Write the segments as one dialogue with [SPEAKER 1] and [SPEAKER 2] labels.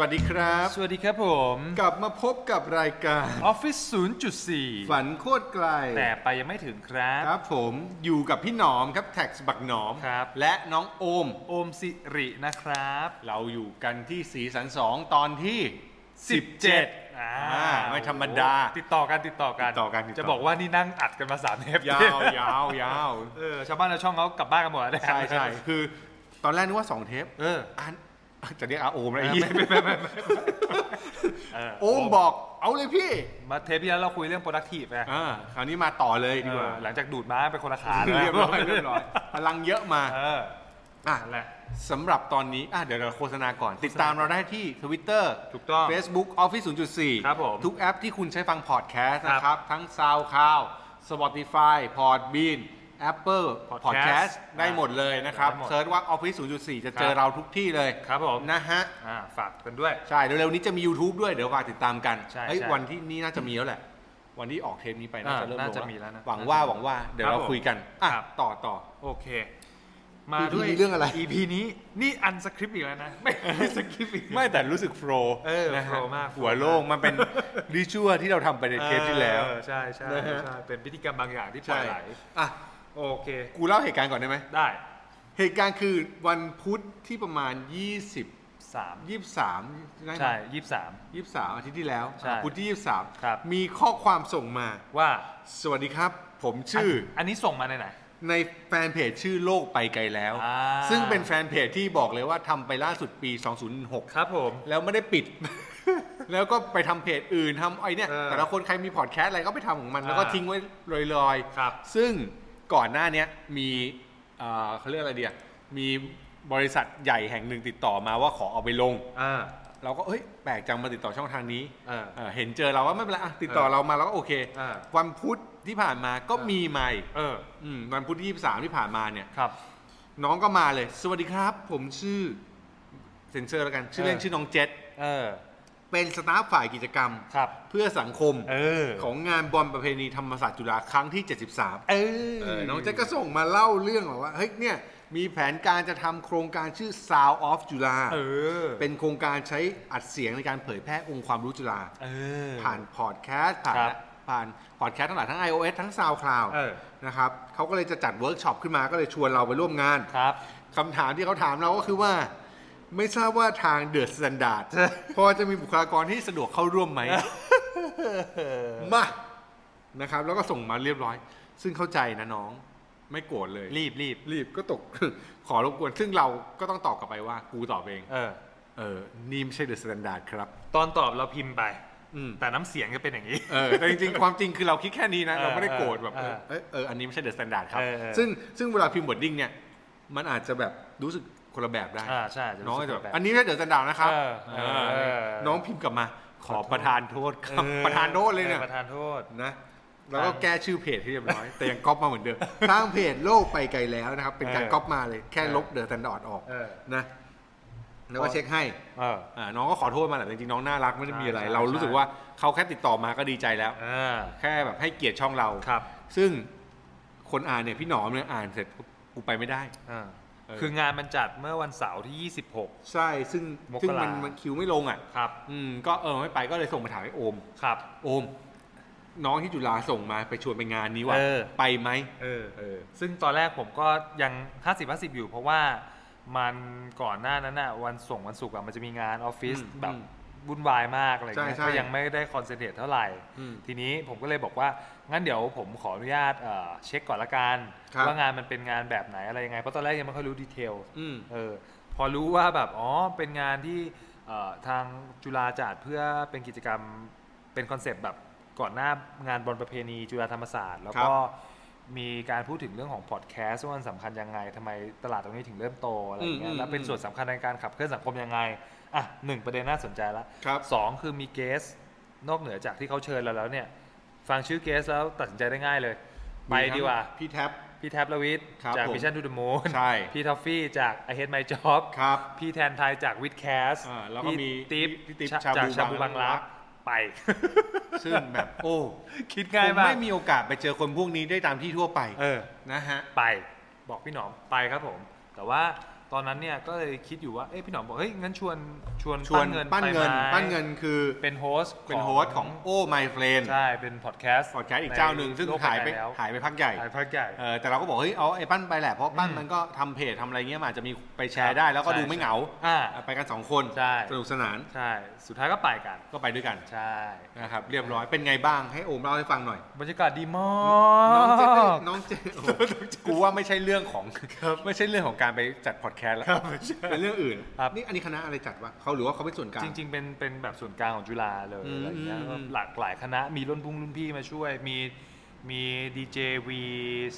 [SPEAKER 1] สวัสดีครับ
[SPEAKER 2] สวัสดีครับผม
[SPEAKER 1] กลับมาพบกับรายการ
[SPEAKER 2] ออฟฟิศ0.4
[SPEAKER 1] ฝันโคตรไกล
[SPEAKER 2] แต่ไปยังไม่ถึงครับ
[SPEAKER 1] ครับผมอยู่กับพี่หนอมครับแท็กบักหนอม
[SPEAKER 2] ครับ
[SPEAKER 1] และน้องโอม
[SPEAKER 2] โอมสิรินะครับ
[SPEAKER 1] เราอยู่กันที่สีสันสองตอนที่
[SPEAKER 2] อ่า
[SPEAKER 1] อ่าไม่ธรรมดา
[SPEAKER 2] ติดต่อกันติดต่อกัน
[SPEAKER 1] ติดต่อกันติดต่อ
[SPEAKER 2] จะบอกว่านี่นั่งอัดกันมาสามเทป
[SPEAKER 1] ยาวยาวยาว
[SPEAKER 2] เออชาวบ้านชาวช่องเขากลับบ้านกันหมดแล้วนะ
[SPEAKER 1] ใช่ใช่คือตอนแรกนึกว่า 2 เทป
[SPEAKER 2] เออ
[SPEAKER 1] อันจะเรียกอาโอมอะไร
[SPEAKER 2] ไม่
[SPEAKER 1] อีก
[SPEAKER 2] ไม่ไม่ไม่ไม่เออ
[SPEAKER 1] โอมบอกเอาเลยพี่
[SPEAKER 2] มาเทปที่แล้วเราคุยเรื่อง productive ไง
[SPEAKER 1] อ่าคราวนี้มาต่อเลยดีกว่า
[SPEAKER 2] เออหลังจากดูดม้าไปคนละขาแล้ว
[SPEAKER 1] เรียบร้อยเรียบร้อยพลังเยอะมา
[SPEAKER 2] เออ
[SPEAKER 1] อ่ะ
[SPEAKER 2] นั่นแหละ
[SPEAKER 1] สำหรับตอนนี้อ่ะเดี๋ยวเราโฆษณาก่อน ติดตามเราได้ที่ Twitter
[SPEAKER 2] ถูกต้อง
[SPEAKER 1] Facebook Office 0.4
[SPEAKER 2] ครับผม
[SPEAKER 1] ทุกแอปที่คุณใช้ฟังพอดแคสต์
[SPEAKER 2] ครับ
[SPEAKER 1] นะครับ ทั้ง SoundCloud Spotify Podbean Apple
[SPEAKER 2] Podcast
[SPEAKER 1] Podcast ได้หมดเลยนะครับ
[SPEAKER 2] ได้หมด
[SPEAKER 1] เซิร์ชว่า Office 0.4 จะเจอ
[SPEAKER 2] ครับ
[SPEAKER 1] เราทุกที่เลย
[SPEAKER 2] ครับผม
[SPEAKER 1] นะฮะ
[SPEAKER 2] อ่าฝากกันด้วย
[SPEAKER 1] ใช่เร็วๆนี้จะมี YouTube ด้วยเดี๋ยวฝากติดตามกัน
[SPEAKER 2] ใช่
[SPEAKER 1] เฮ้ย
[SPEAKER 2] ใช่
[SPEAKER 1] วันที่นี่น่าจะมีแล้วแหละ วันที่ออกเทปนี้ไปน่าจะเริ่ม
[SPEAKER 2] อ่า
[SPEAKER 1] ลง
[SPEAKER 2] น่าจะมีแล้วนะ
[SPEAKER 1] หวังว่าหวังว่าเดี๋ยว
[SPEAKER 2] ครับ
[SPEAKER 1] เรา
[SPEAKER 2] ผม
[SPEAKER 1] คุยกันอ่ะ
[SPEAKER 2] ครับ
[SPEAKER 1] ต่อต่อ
[SPEAKER 2] โอเค มาด้วย
[SPEAKER 1] EP เรื่องอะไร
[SPEAKER 2] EP นี้นี่อันสคริปต์อีกแล้วนะ ไม่ไม่สคริปต์อีก
[SPEAKER 1] ไม่แต่รู้สึกโฟล
[SPEAKER 2] เออ
[SPEAKER 1] นะฮะ
[SPEAKER 2] โฟลมาก
[SPEAKER 1] หัวโล่งมันเป็น ริชัวที่เราทำไปในเทปที่แล้ว
[SPEAKER 2] เออใช่ใช่
[SPEAKER 1] นะฮะ
[SPEAKER 2] ใช่เป็นพิธีกรรมบางอย่างที่ปล่
[SPEAKER 1] ใช่
[SPEAKER 2] อยไหล
[SPEAKER 1] อ่ะ
[SPEAKER 2] โอเค
[SPEAKER 1] กูเล่าเหตุการณ์ก่อนได้ไหม
[SPEAKER 2] ได้
[SPEAKER 1] เหตุการณ์คือวันพุธที่ประมาณ 20
[SPEAKER 2] สาม
[SPEAKER 1] 23ได้ไหม
[SPEAKER 2] ใช่ยี่สาม
[SPEAKER 1] 23 อาทิตย์ที่แล้ว
[SPEAKER 2] ใช่
[SPEAKER 1] อ่ะพุธที่ 23
[SPEAKER 2] ครับ
[SPEAKER 1] มีข้อความส่งมา
[SPEAKER 2] ว่า
[SPEAKER 1] สวัสดีครับ ผมชื่อ
[SPEAKER 2] อนอันนี้ส่งมาในไหน
[SPEAKER 1] ในแฟนเพจชื่อโลกไปไกลแล้ว
[SPEAKER 2] อ่า
[SPEAKER 1] ซึ่งเป็นแฟนเพจที่บอกเลยว่าทำไปล่าสุดปี 2006
[SPEAKER 2] ครับผม
[SPEAKER 1] แล้วไม่ได้ปิด แล้วก็ไปทำเพจอื่นทำไอ้เนี่ย
[SPEAKER 2] เออ
[SPEAKER 1] แต่ละคนใครมีพอดแคสต์อะไรก็ไปทำของมัน แล้วก็
[SPEAKER 2] อ่า
[SPEAKER 1] ทิ้งไว้ลอยๆ
[SPEAKER 2] ครับ
[SPEAKER 1] ซึ่งก่อนหน้าเนี้ยมีเอ่อเขาเรียกอะไรเดียมีบริษัทใหญ่แห่งหนึ่งติดต่อมาว่าขอเอาไปลง
[SPEAKER 2] อ่า
[SPEAKER 1] เราก็เอ้ยแปลกจังมาติดต่อช่องทางนี้
[SPEAKER 2] เออ
[SPEAKER 1] เอ่อเห็นเจอเราว่าไม่เป็นไรอ่ะติดต่อ
[SPEAKER 2] เออ
[SPEAKER 1] เรามาเราก็โอเค
[SPEAKER 2] อ่า
[SPEAKER 1] วันพุธที่ผ่านมาก็
[SPEAKER 2] เออ
[SPEAKER 1] มีใหม่
[SPEAKER 2] เออ
[SPEAKER 1] อืมวันพุธที่ 23 ที่ผ่านมาเนี่ย
[SPEAKER 2] ครับ
[SPEAKER 1] น้องก็มาเลย สวัสดีครับ ผมชื่อเซนเซอร์แล้วกัน ชื่อเล่น
[SPEAKER 2] เออ
[SPEAKER 1] ชื่อน้องเจษ
[SPEAKER 2] เออ
[SPEAKER 1] เป็นสตาฟฝ่ายกิจกรรม
[SPEAKER 2] ครับ
[SPEAKER 1] เพื่อสังคม
[SPEAKER 2] เออ
[SPEAKER 1] ของงานบอลประเพณีธรรมศาสตร์จุฬาครั้งที่ 73
[SPEAKER 2] เอ
[SPEAKER 1] เออน้องแจ็คก็ส่งมาเล่าเรื่องบอกว่าเฮ้ยเนี่ยมีแผนการจะทำโครงการชื่อ Sound of จุฬา
[SPEAKER 2] เออ
[SPEAKER 1] เป็นโครงการใช้อัดเสียงในการเผยแพร่องค์ความรู้จุฬา
[SPEAKER 2] เออ
[SPEAKER 1] ผ่านพอดแคสต์ผ่าน
[SPEAKER 2] ครับ
[SPEAKER 1] ผ่านพอดแคสต์ทั้งหลายทั้ง iOS ทั้ง SoundCloud
[SPEAKER 2] เออ
[SPEAKER 1] นะครับเขาก็เลยจะจัดเวิร์กช็อปขึ้นมาก็เลยชวนเราไปร่วมงาน
[SPEAKER 2] ครับ
[SPEAKER 1] คำถามที่เขาถามเราก็คือว่า ไม่ทราบว่าทางเดือดสแตนดาร์ด พอจะมีบุคลากรที่สะดวกเข้าร่วมไหม มานะครับ แล้วก็ส่งมาเรียบร้อย ซึ่งเข้าใจนะน้อง ไม่โกรธเลย
[SPEAKER 2] รีบรีบ
[SPEAKER 1] รีบก็ตก ขอรบกวน ซึ่งเราก็ต้องตอบกลับไปว่า กูตอบเอง
[SPEAKER 2] เออ
[SPEAKER 1] เออ นี่ไม่ใช่เดอะสแตนดาร์ดครับ
[SPEAKER 2] ตอนตอบเราพิมพ์ไป
[SPEAKER 1] อืม
[SPEAKER 2] แต่น้ำเสียงจะเป็นอย่างนี้
[SPEAKER 1] เออแต่จริงๆ ความจริงคือเราคิดแค่นี้นะ
[SPEAKER 2] เออ
[SPEAKER 1] เราไม่ได้โกรธแบบ
[SPEAKER 2] เออ
[SPEAKER 1] เอ้ยเอออันนี้ไม่ใช่เดอะสแตนดาร์ดครับ
[SPEAKER 2] เออเออ
[SPEAKER 1] ซึ่งซึ่งเวลาพิมพ์บดดิ้งเนี่ย มันอาจจะแบบรู้สึกคนละแบบได้
[SPEAKER 2] อ่าใช่อาจจะรู้
[SPEAKER 1] น้อง
[SPEAKER 2] สึ
[SPEAKER 1] อาก จจะ
[SPEAKER 2] คนละแบบ
[SPEAKER 1] อันนี้ไม่ใช่เดอะสแตนดาร์ดนะครับ
[SPEAKER 2] เออเออ
[SPEAKER 1] เออ
[SPEAKER 2] เออ
[SPEAKER 1] น้องพิมพ์กลับมา ขอประธานโทษครับ
[SPEAKER 2] เออ
[SPEAKER 1] ประธานโทษเลยเนี่ย
[SPEAKER 2] ออประธานโทษ
[SPEAKER 1] นะแล้วก็แก้ชื่อเพจให้เรียบร้อย แต่ยังก๊อปมาเหมือนเดิม สร้างเพจโลกไปไกลแล้วนะครับ เป็นการ
[SPEAKER 2] เออ
[SPEAKER 1] ก๊อปมาเลยแค่
[SPEAKER 2] เออ
[SPEAKER 1] ลบเดอะสแตนดาร์ดออก
[SPEAKER 2] เออ
[SPEAKER 1] นะแล้วก็เช็คให้
[SPEAKER 2] เออ
[SPEAKER 1] อ่าน้องก็ขอโทษมาแหละจริงๆน้องน่ารักไม่ได้มีอะไร
[SPEAKER 2] ใช่
[SPEAKER 1] เรารู้สึก
[SPEAKER 2] ใช่
[SPEAKER 1] ว่าเขาแค่ติดต่อมาก็ดีใจแล้ว
[SPEAKER 2] อ่า
[SPEAKER 1] แค่แบบให้เกียรติช่องเรา
[SPEAKER 2] ครับ
[SPEAKER 1] ซึ่งคนอ่านเนี่ยพี่หนอมเนี่ยอ่านเสร็จปุ๊บกูไปไม่ได้
[SPEAKER 2] อ่า
[SPEAKER 1] เออ
[SPEAKER 2] คืองานมันจัดเมื่อวันเสาร์ที่ 26
[SPEAKER 1] ใช่ซึ่ง
[SPEAKER 2] มกรา
[SPEAKER 1] ซึ่งมันมันคิวไม่ลงอ่ะ
[SPEAKER 2] ครับ
[SPEAKER 1] อืมก็เออไม่ไปก็เลยส่งมาถามไอ้โอม
[SPEAKER 2] ครับ
[SPEAKER 1] โอม น้องที่จุฬาส่งมาไปชวนไปงานนี้ว่ะ
[SPEAKER 2] เออ
[SPEAKER 1] ไปไหม
[SPEAKER 2] เออ
[SPEAKER 1] เออ
[SPEAKER 2] ซึ่งตอนแรกผมก็ยัง 50 50 อยู่ เพราะว่ามันก่อนหน้านั้นน่ะวันส่งวันศุกร์อะมันจะมีงานออฟฟิศ
[SPEAKER 1] อืม
[SPEAKER 2] แบบวุ่นวายมากอะไรเงี้ย
[SPEAKER 1] ใช่ใช่
[SPEAKER 2] ก็ยังไม่ได้คอนเซนเทรตเท่าไหร่
[SPEAKER 1] อืม
[SPEAKER 2] ทีนี้ผมก็เลยบอกว่า งั้นเดี๋ยวผมขออนุญาตเอ่อเช็คก่อนละกัน
[SPEAKER 1] ครับ
[SPEAKER 2] ว่างานมันเป็นงานแบบไหนอะไรยังไง เพราะตอนแรกยังไม่ค่อยรู้ดีเทล
[SPEAKER 1] อืม
[SPEAKER 2] เออพอรู้ว่าแบบอ๋อเป็นงานที่เอ่อทางจุฬาจัดเพื่อเป็นกิจกรรมเป็นคอนเซปต์แบบก่อนหน้างานบอลประเพณีจุฬาธรรมศาสตร์ แล้ว
[SPEAKER 1] ค
[SPEAKER 2] ก็
[SPEAKER 1] รับ
[SPEAKER 2] มีการพูดถึงเรื่องของพอดแคสต์ว่ามันสำคัญยังไงทำไมตลาดตรงนี้ถึงเริ่มโตอะไรอย่างเงี้
[SPEAKER 1] อื
[SPEAKER 2] ย
[SPEAKER 1] ม
[SPEAKER 2] แล้วเป็น
[SPEAKER 1] อืม
[SPEAKER 2] ส่วนสำคัญในการขับเคลื่อนสังคมยังไง อ่ะหนึ่งประเด็นน่าสนใจละ
[SPEAKER 1] ครับ
[SPEAKER 2] สองคือมีเกส นอกเหนือจากที่เขาเชิญเราแล้วเนี่ย ฟังชื่อเกสแล้วตัดสินใจได้ง่ายเลย ไปดีกว่า
[SPEAKER 1] พี่แท็บ
[SPEAKER 2] พี่แท็บละวิทย์
[SPEAKER 1] ครับ
[SPEAKER 2] จาก
[SPEAKER 1] ผม
[SPEAKER 2] มิชชั่นทูดมูน
[SPEAKER 1] ใช่
[SPEAKER 2] พี่ทอฟฟี่จาก I Hate My Job
[SPEAKER 1] ครับ
[SPEAKER 2] พี่แทนไทยจากวิดแคส
[SPEAKER 1] อ่าแล้วก็มี
[SPEAKER 2] ติ๊บ
[SPEAKER 1] พี่ติ๊บ
[SPEAKER 2] ชะ
[SPEAKER 1] ชาบู
[SPEAKER 2] จากชาบู
[SPEAKER 1] บั
[SPEAKER 2] บาง ง
[SPEAKER 1] รั
[SPEAKER 2] รั
[SPEAKER 1] ก
[SPEAKER 2] ก ไป
[SPEAKER 1] ซึ่งแบบ โอ้
[SPEAKER 2] คิดง่า
[SPEAKER 1] ผ
[SPEAKER 2] ย
[SPEAKER 1] ม
[SPEAKER 2] มาก
[SPEAKER 1] ไม่มีโอกาสไปเจอคนพวกนี้ได้ตามที่ทั่วไป
[SPEAKER 2] เออ
[SPEAKER 1] นะฮะ
[SPEAKER 2] ไปบอกพี่หนอมไปครับผม แต่ว่าตอนนั้นเนี่ยก็เลยคิดอยู่ว่าเอ้ยพี่หนอมบอกเฮ้ยงั้นชวนชวน
[SPEAKER 1] ชวนปั้นเงิน
[SPEAKER 2] ไไหม
[SPEAKER 1] ปั้นเงินคือ
[SPEAKER 2] เป็นโฮสต์
[SPEAKER 1] เป็นโฮสต์ของโอ้ไมเฟรน
[SPEAKER 2] ใช่เป็นพอดแคสต์
[SPEAKER 1] พอดแคสต์อีกเจ้าหนึ่งซึ่งหายไปหายไปพักใหญ่
[SPEAKER 2] หายพักใหญ่
[SPEAKER 1] เออแต่เราก็บอกเฮ้ยเอาไอ้ปั้นไปแหละเพราะปั้น
[SPEAKER 2] อืม
[SPEAKER 1] มันก็ทำเพจทำอะไรเงี้ยมันอาจจะมีไปแช
[SPEAKER 2] ครั
[SPEAKER 1] ร์
[SPEAKER 2] บ
[SPEAKER 1] ได้ แล้วก็
[SPEAKER 2] ใช่
[SPEAKER 1] ดูไม่เหงา
[SPEAKER 2] อ่า
[SPEAKER 1] ไปกันสองคน
[SPEAKER 2] ใช่
[SPEAKER 1] สนุกสนาน
[SPEAKER 2] ใช่สุดท้ายก็ไปกัน
[SPEAKER 1] ก็ไปด้วยกัน
[SPEAKER 2] ใช่
[SPEAKER 1] นะครับเรียบร้อยเป็นไงบ้างให้โอมเล่าให้ฟังหน่อย
[SPEAKER 2] บรรยากาศดีมา
[SPEAKER 1] น้องเจเต้
[SPEAKER 2] ก
[SPEAKER 1] น้องเจโอ้โหกูว่าไม่ใช่เรื่องของไม่ใช่เรื่องของการไปจัดพอดแคสต์แล้วเป็นเรื่องอื่น
[SPEAKER 2] ครับ
[SPEAKER 1] นี่อันนี้คณะอะไรจัดวะเขาหรือว่าเขาเป็นส่วนกลาง
[SPEAKER 2] จริง ๆ เป็นเป็นแบบส่วนกลางของจุฬาเลย
[SPEAKER 1] อืม
[SPEAKER 2] อะไรเงี้ย
[SPEAKER 1] อืมอืม
[SPEAKER 2] หลากหลายคณะมีรุ่นพุ่งรุ่นพี่มาช่วย มีมีดีเจวี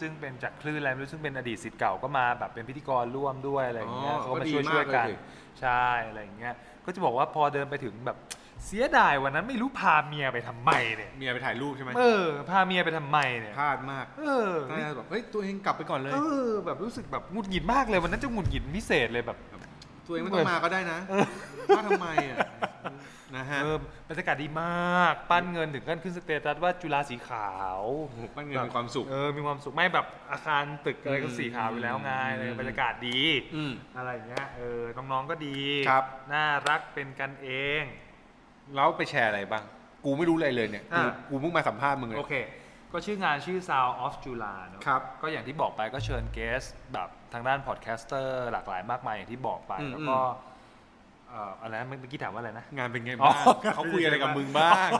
[SPEAKER 2] ซึ่งเป็นจากคลื่นอะไรไม่รู้ซึ่งเป็นอดีตสิทธิ์เก่าก็มาแบบเป็นพิธีกรร่วมด้วยอะไรอย่างเงี้ย
[SPEAKER 1] อ๋อ
[SPEAKER 2] เขามา
[SPEAKER 1] ก็ดี
[SPEAKER 2] ช่วยช่วยๆกั
[SPEAKER 1] มา
[SPEAKER 2] น
[SPEAKER 1] กเลย
[SPEAKER 2] ใช่อะไรอย่างเงี้ยก็จะบอกว่าพอเดินไปถึงแบบเสียดายวันนั้นไม่รู้พาเมียไปทำไมเนี่ย
[SPEAKER 1] เมียไปถ่ายรูปใช่ไหม
[SPEAKER 2] เออพาเมียไปทำไมเนี่ย
[SPEAKER 1] พลาดมาก
[SPEAKER 2] เออ
[SPEAKER 1] น่าจะแบบเฮ้ยตัวเองกลับไปก่อนเลย
[SPEAKER 2] เออแบบรู้สึกแบบหงุดหงิดมากเลยวันนั้นจะหงุดหงิดพิเศษเลยแบบ
[SPEAKER 1] ตัวเองไม่ต้องมาก็ได้นะว่าทำไมอ่ะนะฮะ
[SPEAKER 2] เออบรรยากาศดีมาก ปั้นเงินถึงขั้นขึ้นสเตตัสว่าจุฬาสีขาว
[SPEAKER 1] ปั้นเงินมีความสุข
[SPEAKER 2] เออมีความสุขไม่แบบอาคารตึกอะไรก็
[SPEAKER 1] อืม
[SPEAKER 2] สีขาวอยู่แล้วไง
[SPEAKER 1] อืม
[SPEAKER 2] เลยบรรยากาศดี
[SPEAKER 1] อืม
[SPEAKER 2] อะไรอย่างเงี้ยเออน้องๆก็ดี
[SPEAKER 1] ครับ
[SPEAKER 2] น่ารักเป็นกันเอง
[SPEAKER 1] แล้วไปแชร์อะไรบ้าง กูไม่รู้อะไรเลยเนี่ย กู
[SPEAKER 2] อ่า
[SPEAKER 1] กูเพิ่งมาสัมภาษณ์มึงเลย
[SPEAKER 2] โอเค ก็ชื่องานชื่อ Sound of Jula เนอะ
[SPEAKER 1] ครับ
[SPEAKER 2] ก็อย่างที่บอกไปก็เชิญเกสแบบทางด้านพอดแคสเตอร์หลากหลายมากมายอย่างที่บอกไปแล้วก็เอ่ออะไรนะเมื่อกี้ถามว่าอะไรนะ
[SPEAKER 1] งานเป็นไง
[SPEAKER 2] อ๋อ
[SPEAKER 1] บ้างเขาคุยอะไรกับมึงบ้าง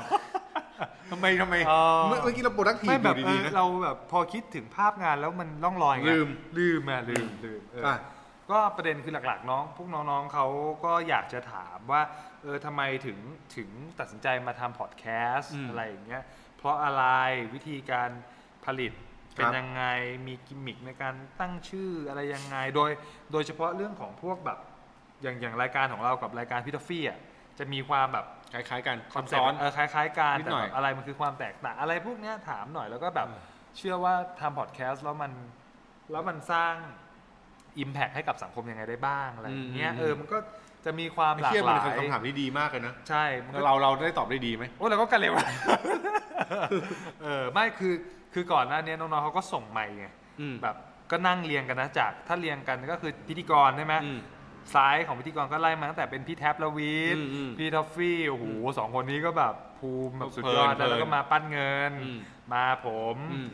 [SPEAKER 1] ทำไมทำไม
[SPEAKER 2] อ๋อ
[SPEAKER 1] เมื่อเมื่อกี้เราโปรดักที
[SPEAKER 2] ไม่แบบ
[SPEAKER 1] ดู
[SPEAKER 2] เอ
[SPEAKER 1] ดี
[SPEAKER 2] อ
[SPEAKER 1] ๆนะ
[SPEAKER 2] เราแบบพอคิดถึงภาพงานแล้วมันล่องลอยไง
[SPEAKER 1] ลืม
[SPEAKER 2] ลืมอะลืมลืมเอออะ ก็ประเด็นคือหลักๆน้อง พวกน้องๆเขาก็อยากจะถามว่าเออทำไมถึงถึงตัดสินใจมาทำพอดแคสต์อะไรอย่างเงี้ยเพราะอะไรวิธีการผลิตเป็นยังไงมีกิมมิคในการตั้งชื่ออะไรยังไงโดย โดยเฉพาะเรื่องของพวกแบบอย่างอย่างรายการของเรากับรายการพี่ทอฟฟี่อ่ะจะมีความแบบ
[SPEAKER 1] คล้ายๆกัน
[SPEAKER 2] คอนเซ็ป
[SPEAKER 1] ซ้อน
[SPEAKER 2] ต์เออคล้ายๆกัน
[SPEAKER 1] นิด
[SPEAKER 2] แต่
[SPEAKER 1] หน่อย
[SPEAKER 2] แบบอะไรมันคือความแตกต่างอะไรพวกเนี้ยถามหน่อยแล้วก็แบบเชื่อว่าทำพอดแคสต์แล้วมันแล้วมันสร้าง Impact ให้กับสังคมยังไงได้บ้างอะไรอย่างเงี้ย
[SPEAKER 1] อืม
[SPEAKER 2] เออมันก็จะมีความหลาก
[SPEAKER 1] เทียบ
[SPEAKER 2] ห
[SPEAKER 1] มัน
[SPEAKER 2] ลา
[SPEAKER 1] เป็นคำถาม
[SPEAKER 2] ย
[SPEAKER 1] ที่ดีมากเลยนะ
[SPEAKER 2] ใช่มันก็
[SPEAKER 1] เราเราได้ตอบได้ดีไหม
[SPEAKER 2] โอ้แล้วก็กันเลยว่ะ เออไม่คือคือก่อนหน้านี้น้องๆเขาก็ส่งใหม่ไง
[SPEAKER 1] อืม
[SPEAKER 2] แบบก็นั่งเรียงกันนะจาก ถ้าเรียงกันก็คือพิธีกรใช่ไหม
[SPEAKER 1] อืม
[SPEAKER 2] ซ้ายของพิธีกรก็ไล่มาตั้งแต่เป็นพี่แท็บละวีท
[SPEAKER 1] อืมอืม
[SPEAKER 2] พี่ทอฟฟี่โอ้โหสองคนนี้ก็แบบภูมิแบบสุดยอด
[SPEAKER 1] เพลิน
[SPEAKER 2] นะแล้วก็มาปั้นเงิน
[SPEAKER 1] อืม
[SPEAKER 2] มาผม
[SPEAKER 1] อืม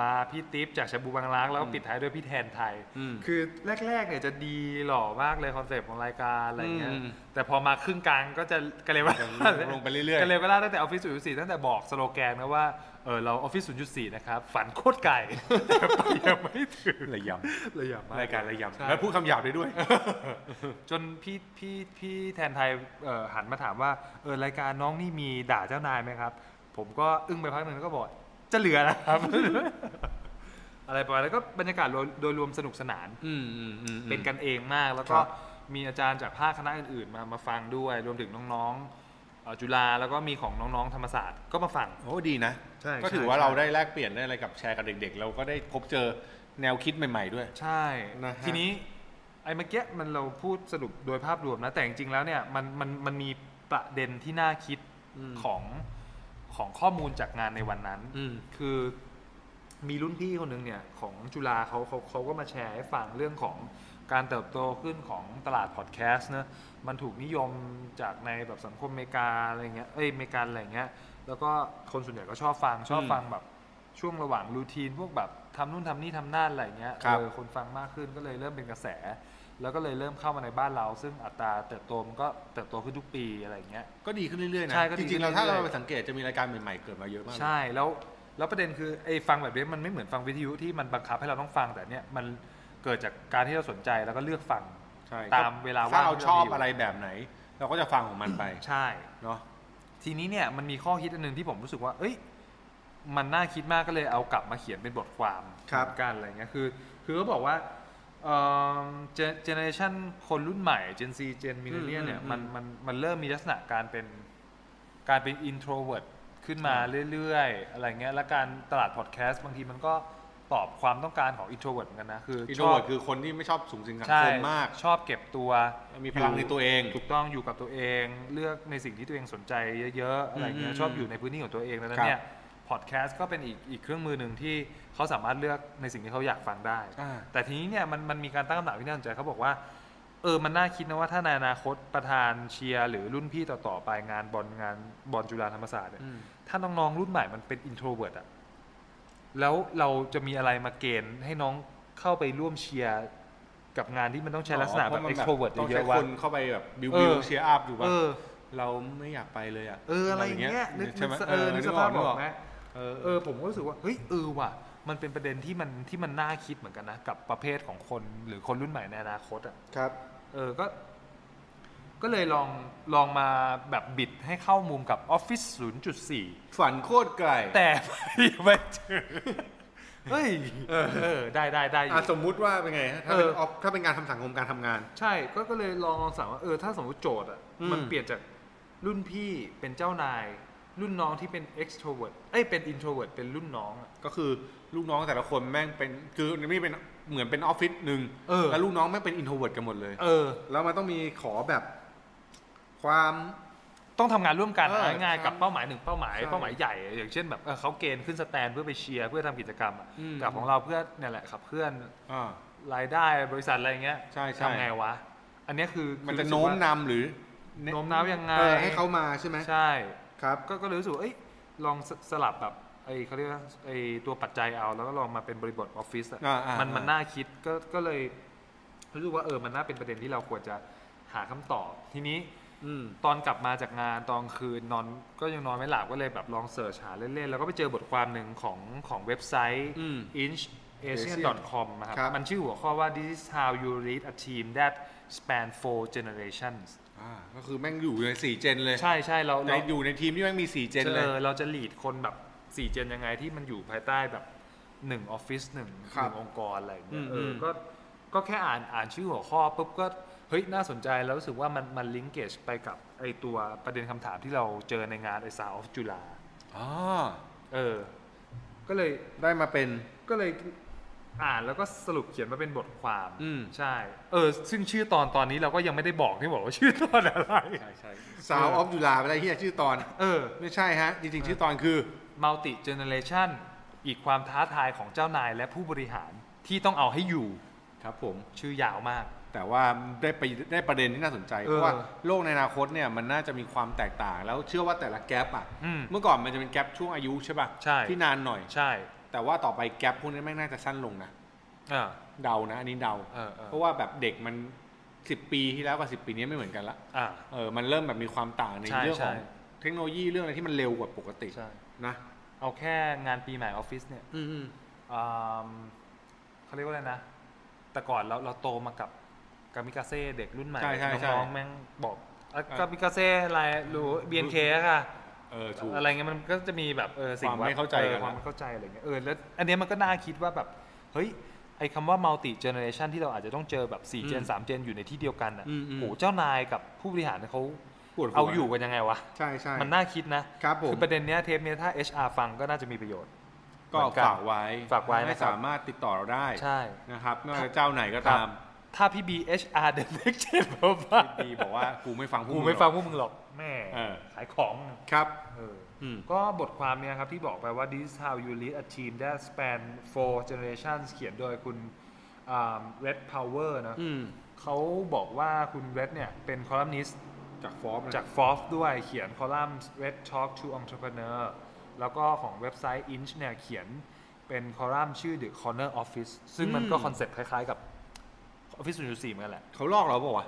[SPEAKER 2] มาพี่ติ๊บจากชาบูบางรักแล้วก็ปิดท้ายด้วยพี่แทนไทย
[SPEAKER 1] อืม
[SPEAKER 2] คือแรกๆเนี่ยจะดีหล่อมากเลยคอนเซปต์ของรายการอะไรเงี้ย
[SPEAKER 1] อืม
[SPEAKER 2] แต่พอมาครึ่งกลางก็จะกระเลวว่า
[SPEAKER 1] ลงไปเรื่อยๆ
[SPEAKER 2] เลเวลาตั้งแต่ออฟฟิศ0.4ตั้งแต่บอกสโลแกนนะว่าเออเราออฟฟิศ0.4 นะครับ ฝันโคตรไกล แต่ไปยังไม่ถึง
[SPEAKER 1] ระย
[SPEAKER 2] ระยำมาก
[SPEAKER 1] ำรายการระยำ
[SPEAKER 2] ใช่
[SPEAKER 1] แล้วพูดคำหยาบได้ด้วย
[SPEAKER 2] จนพี่พี่พี่แทนไทยเอ่อหันมาถามว่าเออรายการน้องนี่มีด่าเจ้านายไหมครับ ผมก็อึ้งไปพักหนึ่งแล้วก็บอก จะเหลือนะครับ อะไรประมาณนั้นก็บรรยากาศโดยโดยรวมสนุกสนาน
[SPEAKER 1] อืมอืมอืมอืม
[SPEAKER 2] เป็นกันเองมากแล้ว
[SPEAKER 1] ค
[SPEAKER 2] ก็
[SPEAKER 1] รับ
[SPEAKER 2] มีอาจารย์จากภาคคณะอื่นๆ มามาฟังด้วยรวมถึงน้องๆเอ่อจุฬาแล้วก็มีของน้องๆธรรมศาสตร์ก็มาฟัง
[SPEAKER 1] โอ้ดีนะ
[SPEAKER 2] ใช่
[SPEAKER 1] ก็ถือ
[SPEAKER 2] ใช่
[SPEAKER 1] ว่า
[SPEAKER 2] ใช่
[SPEAKER 1] เราได้แลกเปลี่ยนได้อะไรกับแชร์กับเด็กๆ เราก็ได้พบเจอแนวคิดใหม่ ๆด้วย
[SPEAKER 2] ใช่
[SPEAKER 1] นะฮะ
[SPEAKER 2] ทีนี้ไอ้เมื่อกี้มันเราพูดสรุปโดยภาพรวมนะ แต่จริงๆแล้วเนี่ยมันมันมันมีประเด็นที่น่าคิด
[SPEAKER 1] อืม
[SPEAKER 2] ของของข้อมูลจากงานในวันนั้น
[SPEAKER 1] อืม
[SPEAKER 2] คือมีรุ่นพี่คนหนึงเนี่ยของจุฬาเขาเขาเขาก็มาแชร์ให้ฟังเรื่องของการเติบโตขึ้นของตลาดพอดแคสต์นะมันถูกนิยมจากในแบบสังคมอเมริกาอะไรเงี้ยเอ้ยอเมริกันอะไรเงี้ยแล้วก็คนส่วนใหญ่ก็ชอบฟังชอบฟังแบบ ช่วงระหว่างรูทีนพวกแบบทำนู่นทำนี่ทำนั่นอะไรเงี้ย
[SPEAKER 1] ครับ
[SPEAKER 2] เออคนฟังมากขึ้นก็เลยเริ่มเป็นกระแส แล้วก็เลยเริ่มเข้ามาในบ้านเรา ซึ่งอัตราเติบโตมันก็เติบโตขึ้นทุกปีอะไรเงี้ย
[SPEAKER 1] ก็ดีขึ้นเรื่อยๆนะ
[SPEAKER 2] ใช่ก็
[SPEAKER 1] จ
[SPEAKER 2] ดี
[SPEAKER 1] ริ
[SPEAKER 2] ขึ้
[SPEAKER 1] งๆ
[SPEAKER 2] น
[SPEAKER 1] เราถ้า
[SPEAKER 2] เรื่อยๆ
[SPEAKER 1] เราไปสังเกตจะมีรายการใหม่ๆเกิดมาเยอะมากเลย
[SPEAKER 2] ใช่แล้วแล้วประเด็นคือไอ้ฟังแบบนี้มันไม่เหมือนฟังวิทยุที่มันบังคับให้เราต้องฟังแต่เนี่ยมันเกิดจากการที่เราสนใจแล้วก็เลือกฟัง
[SPEAKER 1] ใช่
[SPEAKER 2] ตามเวลาว่าง
[SPEAKER 1] ถ้าเราชอบอะไรแบบไหน เราก็จะฟังของมันไป
[SPEAKER 2] ใช่
[SPEAKER 1] เนาะ
[SPEAKER 2] ทีนี้เนี่ยมันมีข้อคิดอันหนึ่งที่ผมรู้สึกว่า เอ้ย มันน่าคิดมากก็เลยเอากลับมาเขียนเป็นบทความ
[SPEAKER 1] ครับ
[SPEAKER 2] กันอะไรเงี้ย คือ คือเขาบอกว่า เจเจเนอเรชันคนรุ่นใหม่ Gen Z Gen Millennial เนี่ย
[SPEAKER 1] อืม
[SPEAKER 2] มันมันมันเริ่มมีลักษณะการเป็นการเป็น introvert ขึ้นมาเรื่อยๆ อะไรเงี้ยแล้วการตลาดพอดแคสต์บางทีมันก็ตอบความต้องการของ introvert เหมือนกันนะ คือ
[SPEAKER 1] อิน
[SPEAKER 2] ช
[SPEAKER 1] โทร
[SPEAKER 2] อบ
[SPEAKER 1] เวิร์ดคือคนที่ไม่ชอบสูงสิงสัง
[SPEAKER 2] ใช่
[SPEAKER 1] คมมาก
[SPEAKER 2] ชอบเก็บตัว
[SPEAKER 1] มีพลังในตัวเอง
[SPEAKER 2] ถูกต้องอยู่กับตัวเอง เลือกในสิ่งที่ตัวเองสนใจเยอะๆอะไรเงี้
[SPEAKER 1] อื
[SPEAKER 2] ย
[SPEAKER 1] ม
[SPEAKER 2] ชอบอยู่ในพื้นที่ของตัวเองดังนั้
[SPEAKER 1] ครั
[SPEAKER 2] น
[SPEAKER 1] บ
[SPEAKER 2] เนี่ยพอดแคสต์ก็เป็นอีกอีกเครื่องมือหนึ่งที่เขาสามารถเลือกในสิ่งที่เขาอยากฟังได้
[SPEAKER 1] อ่า
[SPEAKER 2] แต่ทีนี้เนี่ยมันมันมีการตั้งคำถามที่น่าสนใจเขาบอกว่าเออมันน่าคิดนะว่าถ้าในอนาคตประธานเชียร์หรือรุ่นพี่ต่อๆไปงานบอลงานบอลจุฬาธรรมศาสตร์เนี่ย
[SPEAKER 1] อืม
[SPEAKER 2] ถ้าน้องๆรุ่นใหม่มันเป็นอินโทรเวิร์ตอะแล้วเราจะมีอะไรมาเกณฑ์ให้น้องเข้าไปร่วมเชียร์กับงานที่มันต้องใช้ลักษณะแบบ
[SPEAKER 1] พามั
[SPEAKER 2] เอ็กโทรเวิร์ต
[SPEAKER 1] ต้อง
[SPEAKER 2] เย
[SPEAKER 1] ใช้
[SPEAKER 2] อะๆว่า
[SPEAKER 1] คนเข้าไปแบบบิว
[SPEAKER 2] เอ
[SPEAKER 1] บิว
[SPEAKER 2] อ
[SPEAKER 1] เชียร์อัพอยู่ป่ะ
[SPEAKER 2] เออ
[SPEAKER 1] เราไม่อยากไปเลยอ่ะ
[SPEAKER 2] เอออะไรอย่างเงี้ยนึก
[SPEAKER 1] ใช่ไหม
[SPEAKER 2] เออนึกสภาพออกไหม
[SPEAKER 1] เออ
[SPEAKER 2] เออผมก็รู้สึกว่าเฮ้ยเออว่ะมันเป็นประเด็นที่มันที่มันน่าคิดเหมือนกันนะกับประเภทของคนหรือคนรุ่นใหม่ในอนาคตอ่ะ
[SPEAKER 1] ครับ
[SPEAKER 2] เออ ก็ ก็เลยลอง ลองมาแบบบิดให้เข้ามุมกับ Office 0.4
[SPEAKER 1] ฝันโคตรไกล
[SPEAKER 2] แต่ไม่ไม่ถึงเฮ้ย เออ ได้ได้ได้อยู่
[SPEAKER 1] อ่ะสมมุติว่าเป็นไงฮะถ้าเป็น
[SPEAKER 2] เออ
[SPEAKER 1] ออฟถ้าเป็นงานทำสังคมการทำงาน
[SPEAKER 2] ใช่ ก็ ก็เลยลองลองสั่งว่า เออ ถ้าสมมติโจทย์อ่ะ
[SPEAKER 1] อืม
[SPEAKER 2] มันเปลี่ยนจากรุ่นพี่เป็นเจ้านาย รุ่นน้องที่เป็น extrovert เอ้ย เป็น introvert เป็นรุ่นน้องอะ
[SPEAKER 1] ก็คือลูกน้องแต่ละคนแม่งเป็นคือนี่เป็นเหมือนเป็นออฟฟิศหนึ่ง
[SPEAKER 2] เออ
[SPEAKER 1] แล้วลูกน้องแม่งเป็นอินโทรเวิร์ดกันหมดเลย
[SPEAKER 2] เออ
[SPEAKER 1] แล้วมันต้องมีขอแบบความ
[SPEAKER 2] ต้องทำงานร่วมกัน
[SPEAKER 1] เออ
[SPEAKER 2] เอาง่ายๆ
[SPEAKER 1] ครั
[SPEAKER 2] กั
[SPEAKER 1] บบ
[SPEAKER 2] เป้าหมายหนึ่งเป้าหมาย
[SPEAKER 1] ใช่
[SPEAKER 2] เป้าหมายใหญ่อะอย่างเช่นแบบเออเขาเกณฑ์ขึ้นสแตนเพื่อไปเชียร์เพื่อทำกิจกรรมอะ
[SPEAKER 1] อืม
[SPEAKER 2] แต่ของเราเพื่อเนี่ยแหละขับเคลื่อน
[SPEAKER 1] อ่า
[SPEAKER 2] รายได้บริษัทอะไรอย่างเงี้ย
[SPEAKER 1] ใช่ใช่
[SPEAKER 2] ทำไงวะ อันเนี้ยคือ
[SPEAKER 1] มันจะ
[SPEAKER 2] คือ
[SPEAKER 1] โน้ม
[SPEAKER 2] รู้สึกว่
[SPEAKER 1] นำหรือ
[SPEAKER 2] โน้มน้าวยังไง
[SPEAKER 1] เออให้เขามาใช่ไหม
[SPEAKER 2] ใช่
[SPEAKER 1] ครับ
[SPEAKER 2] ก็ก็เลยรู้สึกว่าเอ้ยลองสสลับแบบไอ้เขาเรียกว่าไอ้ตัวปัจจัยเอาแล้วก็ลองมาเป็นบริบทออฟฟิศอะ
[SPEAKER 1] อ่าอ่า
[SPEAKER 2] มัน
[SPEAKER 1] อ่ามั
[SPEAKER 2] มันน่าคิดก็ก็เลยรู้สึกว่าเออมันน่าเป็นประเด็นที่เราควรจะหาคำตอบ ทีนี้
[SPEAKER 1] อืม
[SPEAKER 2] ตอนกลับมาจากงานตอนคืนนอนก็ยังนอนไม่หลับก็เลยแบบลองเสิร์ชหาเล่นๆแล้วก็ไปเจอบทความหนึ่งของของเว็บไซต์
[SPEAKER 1] อืม
[SPEAKER 2] inchasian.com นะครับ
[SPEAKER 1] ครับ
[SPEAKER 2] มันชื่อหัวข้อว่า this is how you lead a team that span four generations
[SPEAKER 1] อ่าก็คือแม่งอยู่ในสี่เจนเลย
[SPEAKER 2] ใช่ใช่เรา
[SPEAKER 1] ใน
[SPEAKER 2] เรา
[SPEAKER 1] อยู่ในทีมที่แม่งมีสี่เจนเลย
[SPEAKER 2] เออเราจะ lead คนแบบสี่เจนยังไงที่มันอยู่ภายใต้แบบหนึ่งออฟฟิศหนึ่ง
[SPEAKER 1] ค
[SPEAKER 2] ห
[SPEAKER 1] รับ
[SPEAKER 2] นึ่งองค์กรอะไรอย่างเงี้
[SPEAKER 1] อืม
[SPEAKER 2] ยเอออ
[SPEAKER 1] ม
[SPEAKER 2] ก็ก็แค่อ่านอ่านชื่อหัวข้อปุ๊บก็ เฮ้ย น่าสนใจแล้วรู้สึกว่ามันมันลิงเกจไปกับไอตัวประเด็นคำถามที่เราเจอในงานไอซาวออฟจุฬา
[SPEAKER 1] อ๋อ
[SPEAKER 2] เออ ก็เลย
[SPEAKER 1] ได้มาเป็น
[SPEAKER 2] ก็เลยอ่านแล้วก็สรุปเขียนมาเป็นบทความ
[SPEAKER 1] อืม
[SPEAKER 2] ใช่ เออ ซึ่งชื่อตอนตอนนี้เราก็ยังไม่ได้บอกที่บอกว่าชื่อตอนอะไร
[SPEAKER 1] ใช่ใช่สาวออฟจุฬาไปได้เฮียชื่อตอน
[SPEAKER 2] เออ
[SPEAKER 1] ไม่ใช่ฮะ จริงๆ ชื่อตอนคือ
[SPEAKER 2] multi generation อีกความท้าทายของเจ้านายและผู้บริหารที่ต้องเอาให้อยู่
[SPEAKER 1] ครับผม
[SPEAKER 2] ชื่อยาวมาก
[SPEAKER 1] แต่ว่าได้ไปได้ประเด็นที่น่าสนใจ
[SPEAKER 2] เออ
[SPEAKER 1] เพราะว่าโลกในอนาคตเนี่ยมันน่าจะมีความแตกต่าง แล้วเชื่อว่าแต่ละแกลบอ่ะ
[SPEAKER 2] อืม
[SPEAKER 1] เมื่อก่อนมันจะเป็นแกลบช่วงอายุใช่ป่ะ
[SPEAKER 2] ใช่
[SPEAKER 1] ที่นานหน่อย
[SPEAKER 2] ใช่
[SPEAKER 1] แต่ว่าต่อไปแกลบพวกนี้แม่งน่าจะสั้นลงนะ
[SPEAKER 2] อ่า
[SPEAKER 1] เดานะอันนี้เดา
[SPEAKER 2] เออเออ
[SPEAKER 1] เพราะว่าแบบเด็กมันสิบปีที่แล้วกับสิบปีนี้ไม่เหมือนกันละ
[SPEAKER 2] อ่า
[SPEAKER 1] เออ มันเริ่มแบบมีความต่างใน
[SPEAKER 2] ใช่
[SPEAKER 1] เรื่องของ
[SPEAKER 2] ใช่
[SPEAKER 1] เทคโนโลยีเรื่องอะไรที่มันเร็วกว่าปกติ
[SPEAKER 2] ใช่
[SPEAKER 1] นะ
[SPEAKER 2] เอาแค่งานปีใหม่ออฟฟิศเนี่ย
[SPEAKER 1] อืม
[SPEAKER 2] อ่ามเขาเรียกว่าอะไรนะ แต่ก่อนเราเราโตมากับกามิกาเซ่เด็กรุ่นใหม่
[SPEAKER 1] ใช่ใช่ใช่
[SPEAKER 2] น้องๆแม่งบอกอ่ะ
[SPEAKER 1] อ่ะ
[SPEAKER 2] กามิกาเซ่อะไรหรือ BNK อะค่ะ
[SPEAKER 1] เออถูก
[SPEAKER 2] อะไรเงี้ยมันก็จะมีแบบเออสิ่ง
[SPEAKER 1] ความไม่เข้าใจ
[SPEAKER 2] ออ
[SPEAKER 1] กันละ
[SPEAKER 2] ความไม่เข้าใจอะไรเงี้ยเออแล้วอันเนี้ยมันก็น่าคิดว่าแบบ เฮ้ย ไอ้คำว่า multi generation ที่เราอาจจะต้องเจอแบบ4เจน3เจนอยู่ในที่เดียวกันอ่ะ
[SPEAKER 1] อืมอืม
[SPEAKER 2] โหเจ้านายกับผู้บริหารเขา
[SPEAKER 1] ปวดหัว
[SPEAKER 2] เอาอยู่กันยังไงวะ
[SPEAKER 1] ใช่ใช่
[SPEAKER 2] มันน่าคิดนะครับ
[SPEAKER 1] ผม
[SPEAKER 2] อประเด็นเนี้ยเทปเนี้ยถ้า HR ฟังก็น่าจะมีประโยชน์
[SPEAKER 1] ก็
[SPEAKER 2] เหมือนกัน
[SPEAKER 1] ฝากไว้
[SPEAKER 2] ฝากไว้
[SPEAKER 1] ให้
[SPEAKER 2] นะครับ
[SPEAKER 1] สามารถติดต่อเราได้
[SPEAKER 2] ใช่
[SPEAKER 1] นะครับไม่ว่าจะเจ้าไหนก็
[SPEAKER 2] ครับ
[SPEAKER 1] ตาม
[SPEAKER 2] ถ้าพี่บี HR The Next Gen บอกว่า
[SPEAKER 1] ดีบอกว่ากูไม่ฟังพวก
[SPEAKER 2] กู
[SPEAKER 1] ง
[SPEAKER 2] ไม่ฟัง
[SPEAKER 1] หรอ
[SPEAKER 2] พวกมึงหรอกแม่
[SPEAKER 1] เออ
[SPEAKER 2] ขายของ
[SPEAKER 1] กครับ
[SPEAKER 2] เอออ
[SPEAKER 1] ม
[SPEAKER 2] ก็บทความเนี่ยครับที่บอกไปว่า this is how you lead a team that span four generations เขียนโดยคุณอ่า Red Power นะ
[SPEAKER 1] อืม
[SPEAKER 2] เขาบอกว่าคุณ Red เนี่ยเป็นคอลัมนิส
[SPEAKER 1] จากฟอร์ม
[SPEAKER 2] จาก Forbes ด้วยเขียนคอลัมน์ Red Talk to Entrepreneur แล้วก็ของเว็บไซต์ Inch เนี่ยเขียนเป็นคอลัมน์ชื่อ The Corner Office ซึ่งมันก็
[SPEAKER 1] อืม
[SPEAKER 2] คอนเซ็ปต์คล้ายๆกับ Office 0.4เหมือนกันแหละ
[SPEAKER 1] เขาลอกเราเปล่าวะ